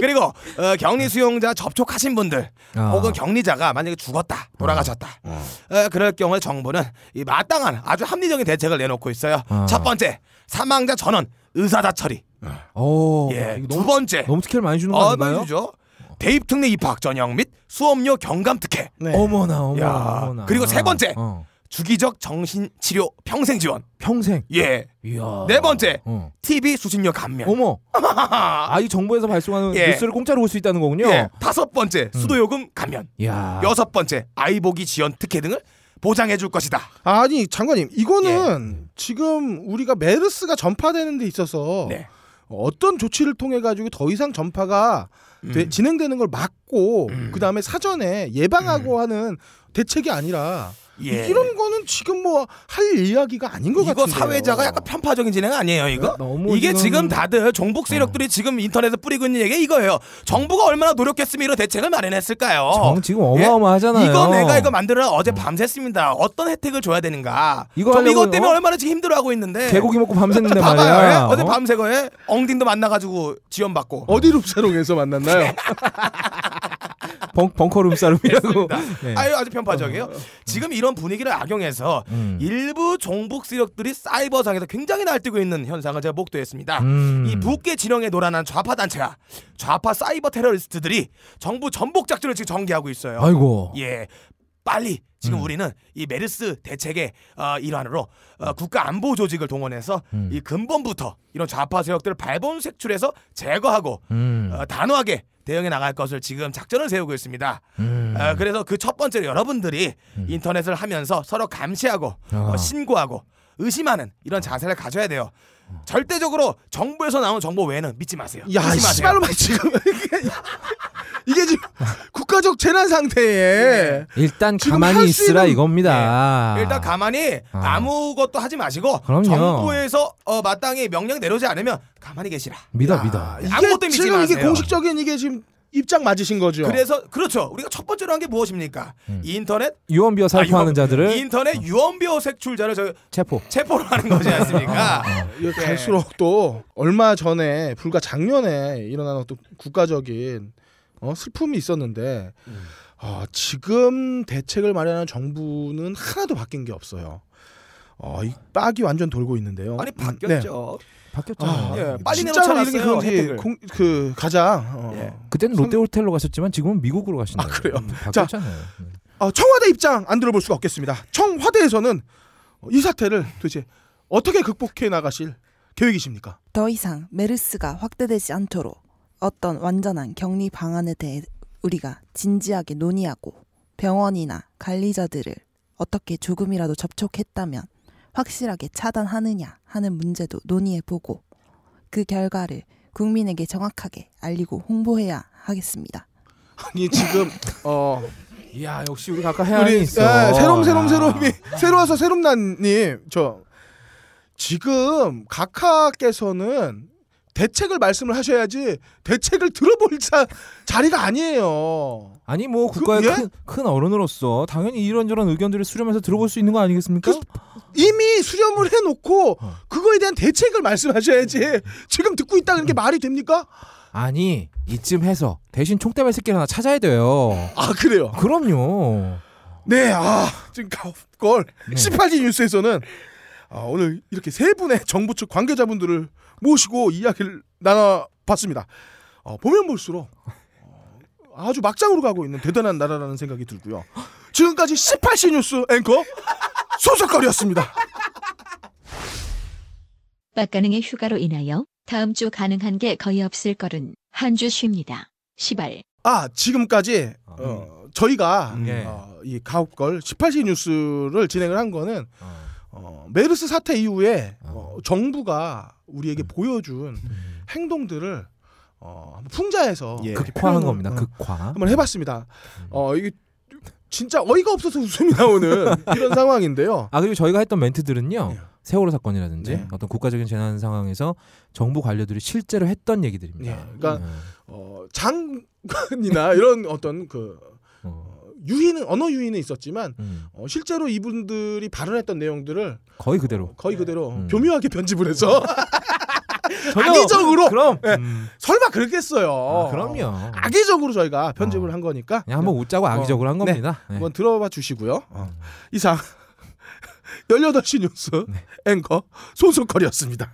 Speaker 1: 그리고 어, 격리 수용자 접촉하신 분들
Speaker 2: 아.
Speaker 1: 혹은 격리자가 만약에 죽었다 돌아가셨다 어, 그럴 경우에 정부는 이 마땅한 아주 합리적인 대책을 내놓고 있어요.
Speaker 2: 아.
Speaker 1: 첫 번째 사망자 전원 의사자 처리.
Speaker 2: 오.
Speaker 1: 예,
Speaker 2: 어, 이거
Speaker 1: 두
Speaker 2: 너무
Speaker 1: 번째
Speaker 2: 너무 특혜를 많이 주는 거
Speaker 1: 어,
Speaker 2: 아닌가요?
Speaker 1: 주죠. 대입 특례 입학 전형 및 수업료 경감 특혜.
Speaker 3: 네.
Speaker 2: 어머나 어머나
Speaker 1: 야,
Speaker 2: 어머나.
Speaker 1: 그리고 세 번째.
Speaker 2: 어.
Speaker 1: 주기적 정신 치료 평생 지원.
Speaker 2: 평생.
Speaker 1: 예.
Speaker 2: 이야.
Speaker 1: 네 번째
Speaker 2: 어.
Speaker 1: TV 수신료 감면.
Speaker 2: 어머. 아 이 정부에서 발송하는
Speaker 1: 예.
Speaker 2: 뉴스를 공짜로 볼 수 있다는 거군요. 음.
Speaker 1: 예. 다섯 번째 수도 요금 감면.
Speaker 2: 이야.
Speaker 1: 여섯 번째 아이 보기 지원 특혜 등을 보장해 줄 것이다.
Speaker 3: 아니 장관님
Speaker 1: 예.
Speaker 3: 이거는 지금 우리가 메르스가 전파되는 데 있어서
Speaker 1: 네.
Speaker 3: 어떤 조치를 통해 가지고 더 이상 전파가
Speaker 1: 음.
Speaker 3: 되- 진행되는 걸 막고 그 다음에 사전에 예방하고 하는 대책이 아니라
Speaker 1: 음. 예.
Speaker 3: 이런 거는 지금 뭐 할 이야기가 아닌 것
Speaker 1: 이거
Speaker 3: 같은데요.
Speaker 1: 사회자가 약간 편파적인 진행 아니에요 이거?
Speaker 2: 너무 어.
Speaker 1: 이게
Speaker 2: 지금-
Speaker 1: 지금 다들 종북 세력들이 지금 인터넷에 뿌리고 있는 얘기 이거예요. 정부가 얼마나 노력했으면 이런 대책을 마련했을까요?
Speaker 2: 정 지금 어마어마하잖아요.
Speaker 1: 어. 예? 이거 내가 이거 만들어 어제 밤샜습니다. 어떤 혜택을 줘야 되는가?
Speaker 2: 이거
Speaker 1: 저 이것
Speaker 2: 하려고-
Speaker 1: 때문에
Speaker 2: 어?
Speaker 1: 얼마나 지금 힘들어하고 있는데.
Speaker 2: 개고기 먹고 밤새는데
Speaker 1: 봐봐요.
Speaker 2: 말이야.
Speaker 1: 예? 어제
Speaker 2: 어?
Speaker 1: 밤새거에 엉딘도 만나가지고 지원받고.
Speaker 3: 어디 룹사롱에서 만났나요?
Speaker 2: 벙, 벙커 룸싸움이라고. 네.
Speaker 1: 아유 아주 편파적이에요. 지금 이런 분위기를 악용해서
Speaker 2: 음.
Speaker 1: 일부 종북 세력들이 사이버상에서 굉장히 날뛰고 있는 현상을 제가 목도했습니다.
Speaker 2: 음.
Speaker 1: 이 북계 진영에 노란한 좌파 단체가 좌파 사이버 테러리스트들이 정부 전복 작전을 지금 전개하고 있어요.
Speaker 2: 아이고.
Speaker 1: 예. 빨리 지금 우리는 이 메르스 대책의 어, 일환으로 어, 국가 안보 조직을 동원해서 이 근본부터 이런 좌파 세력들을 발본 색출해서 제거하고
Speaker 2: 음.
Speaker 1: 어, 단호하게 대응해 나갈 것을 지금 작전을 세우고 있습니다.
Speaker 2: 음.
Speaker 1: 어, 그래서 그 첫 번째로 여러분들이 인터넷을 하면서 서로 감시하고 어,
Speaker 2: 아.
Speaker 1: 신고하고 의심하는 이런 자세를 가져야 돼요. 절대적으로 정부에서 나오는 정보 외에는 믿지 마세요. 믿지
Speaker 3: 야,
Speaker 1: 마세요.
Speaker 3: 씨발로 말 지금 이게- 이게 지금 국가적 재난
Speaker 1: 네.
Speaker 3: 상태에
Speaker 2: 일단
Speaker 3: 지금
Speaker 2: 가만히
Speaker 3: 할수
Speaker 2: 있으라
Speaker 3: 있는-
Speaker 2: 이겁니다.
Speaker 1: 예. 일단 가만히
Speaker 2: 아.
Speaker 1: 아무것도 하지 마시고
Speaker 2: 그럼요.
Speaker 1: 정부에서 어, 마땅히 명령 내려오지 않으면 가만히 계시라.
Speaker 2: 믿어
Speaker 3: 야,
Speaker 2: 믿어.
Speaker 3: 이게
Speaker 1: 아무것도 믿지
Speaker 3: 지금 이게
Speaker 1: 마세요.
Speaker 3: 공식적인 이게 지금 입장 맞으신 거죠.
Speaker 1: 그래서 그렇죠. 우리가 첫 번째로 한 게 무엇입니까? 인터넷
Speaker 2: 유언비어 음.
Speaker 1: 아,
Speaker 2: 살포하는
Speaker 1: 유언-
Speaker 2: 자들을
Speaker 1: 인터넷 유언비어 색출자를 저
Speaker 2: 체포. 어,
Speaker 1: 체포로 하는 거지 않습니까?
Speaker 3: 이거
Speaker 1: 예.
Speaker 3: 갈수록 또 얼마 전에 불과 작년에 일어난 어떤 국가적인 어, 슬픔이 있었는데
Speaker 1: 음.
Speaker 3: 어, 지금 대책을 마련한 정부는 하나도 바뀐 게 없어요. 어, 이 빡이 완전 돌고
Speaker 2: 어.
Speaker 3: 있는데요.
Speaker 1: 아니
Speaker 3: 음,
Speaker 1: 바뀌었죠.
Speaker 2: 바뀌었잖아.
Speaker 1: 예,
Speaker 3: 네.
Speaker 1: 빨리
Speaker 3: 진짜로 이런 게
Speaker 1: 내쫓아놨어요.
Speaker 3: 그런지
Speaker 1: 혜택을.
Speaker 3: 공- 그 가장 어,
Speaker 1: 예.
Speaker 2: 그때는 롯데호텔로 가셨지만 지금은 미국으로 가신다.
Speaker 3: 아, 그래요? 자.
Speaker 2: 바뀌었잖아요. 음.
Speaker 3: 어, 청와대 입장 안 들어볼 수가 없겠습니다. 청와대에서는 이 사태를 도대체 어떻게 극복해 나가실 계획이십니까?
Speaker 4: 더 이상 메르스가 확대되지 않도록 어떤 완전한 격리 방안에 대해 우리가 진지하게 논의하고 병원이나 관리자들을 어떻게 조금이라도 접촉했다면 확실하게 차단하느냐 하는 문제도 논의해보고 그 결과를 국민에게 정확하게 알리고 홍보해야 하겠습니다.
Speaker 3: 아니 지금 어
Speaker 2: 이야 역시 우리 각각 해안이
Speaker 3: 우리
Speaker 2: 있어.
Speaker 3: 예, 새롬 새롬
Speaker 2: 아.
Speaker 3: 새롬이 새로와서 새롬난님 저 지금 각하께서는 대책을 말씀을 하셔야지 대책을 들어볼 자, 자리가 아니에요.
Speaker 2: 아니 뭐 국가의
Speaker 3: 그- 예?
Speaker 2: 큰, 큰 어른으로서 당연히 이런저런 의견들을 수렴해서 들어볼 수 있는 거
Speaker 3: 그
Speaker 2: 아니겠습니까?
Speaker 3: 이미 수렴을 해놓고 그거에 대한 대책을 말씀하셔야지 지금 듣고 있다는 게 말이 됩니까?
Speaker 2: 아니 이쯤 해서 대신 총대발 새끼를 하나 찾아야 돼요.
Speaker 3: 아 그래요.
Speaker 2: 그럼요.
Speaker 3: 네, 아 지금 가업걸
Speaker 2: 네.
Speaker 3: 18지 뉴스에서는 아, 오늘 이렇게 세 분의 정부 측 관계자분들을 모시고 이야기를 나눠봤습니다. 어, 보면 볼수록 어, 아주 막장으로 가고 있는 대단한 나라라는 생각이 들고요. 지금까지 18시 뉴스 앵커 소속거리였습니다.
Speaker 6: 빡가능의 휴가로 인하여 다음 주 가능한 게 거의 없을 거른 한 주 쉽니다. 시발.
Speaker 3: 아 지금까지 어, 저희가
Speaker 1: 음.
Speaker 2: 예.
Speaker 3: 어, 이 가업걸 18시 뉴스를 진행을 한 거는 어, 메르스 사태 이후에 어, 정부가 우리에게 보여준 행동들을 어, 한번 풍자해서
Speaker 1: 예.
Speaker 3: 이렇게
Speaker 2: 음. 극화한 음.
Speaker 3: 표현을,
Speaker 2: 겁니다.
Speaker 3: 어,
Speaker 2: 극화.
Speaker 3: 한번 해봤습니다. 어, 이게 진짜 어이가 없어서 웃음이 나오는 이런 상황인데요.
Speaker 2: 아 그리고 저희가 했던 멘트들은요.
Speaker 3: 예.
Speaker 2: 세월호 사건이라든지
Speaker 3: 네.
Speaker 2: 어떤 국가적인 재난 상황에서 정부 관료들이 실제로 했던 얘기들입니다.
Speaker 3: 예, 그러니까
Speaker 2: 음.
Speaker 3: 어, 장관이나 이런 어떤 그
Speaker 2: 어,
Speaker 3: 유희는 언어 유희는 있었지만
Speaker 2: 음.
Speaker 3: 어, 실제로 이분들이 발언했던 내용들을
Speaker 2: 거의 그대로.
Speaker 3: 거의 그대로
Speaker 2: 음.
Speaker 3: 교묘하게 편집을 해서 악의적으로 예,
Speaker 2: 그럼.
Speaker 3: 설마 그랬겠어요.
Speaker 2: 아, 그럼요.
Speaker 3: 악의적으로 저희가 편집을
Speaker 2: 어.
Speaker 3: 한 거니까
Speaker 2: 그냥 한번 웃자고 악의적으로 한
Speaker 3: 네.
Speaker 2: 겁니다. 네.
Speaker 3: 한번 들어봐 주시고요. 이상 18시 뉴스 앵커 손석걸이었습니다.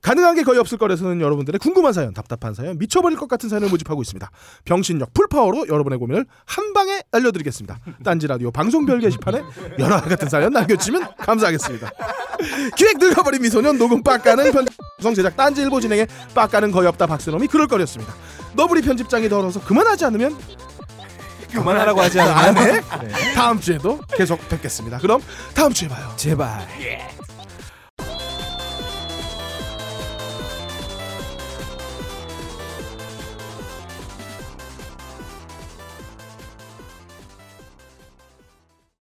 Speaker 3: 가능한 게 거의 없을 거라서는 여러분들의 궁금한 사연, 답답한 사연, 미쳐버릴 것 같은 사연을 모집하고 있습니다. 병신력 풀파워로 여러분의 고민을 한 방에 알려드리겠습니다. 딴지라디오 방송별 게시판에 연화 같은 사연 남겨주시면 감사하겠습니다. 기획 늙어버린 미소년 녹음 빡가는 편 구성 제작 딴지 일보 진행에 빡가는 거의 없다 박스놈이 그럴거렸습니다. 너브리 편집장이 더러워서 그만하지 않으면
Speaker 2: 그만하라고 하지 않아요?
Speaker 3: 안해 다음 주에도 계속 뵙겠습니다. 그럼 다음 주에 봐요.
Speaker 2: 제발.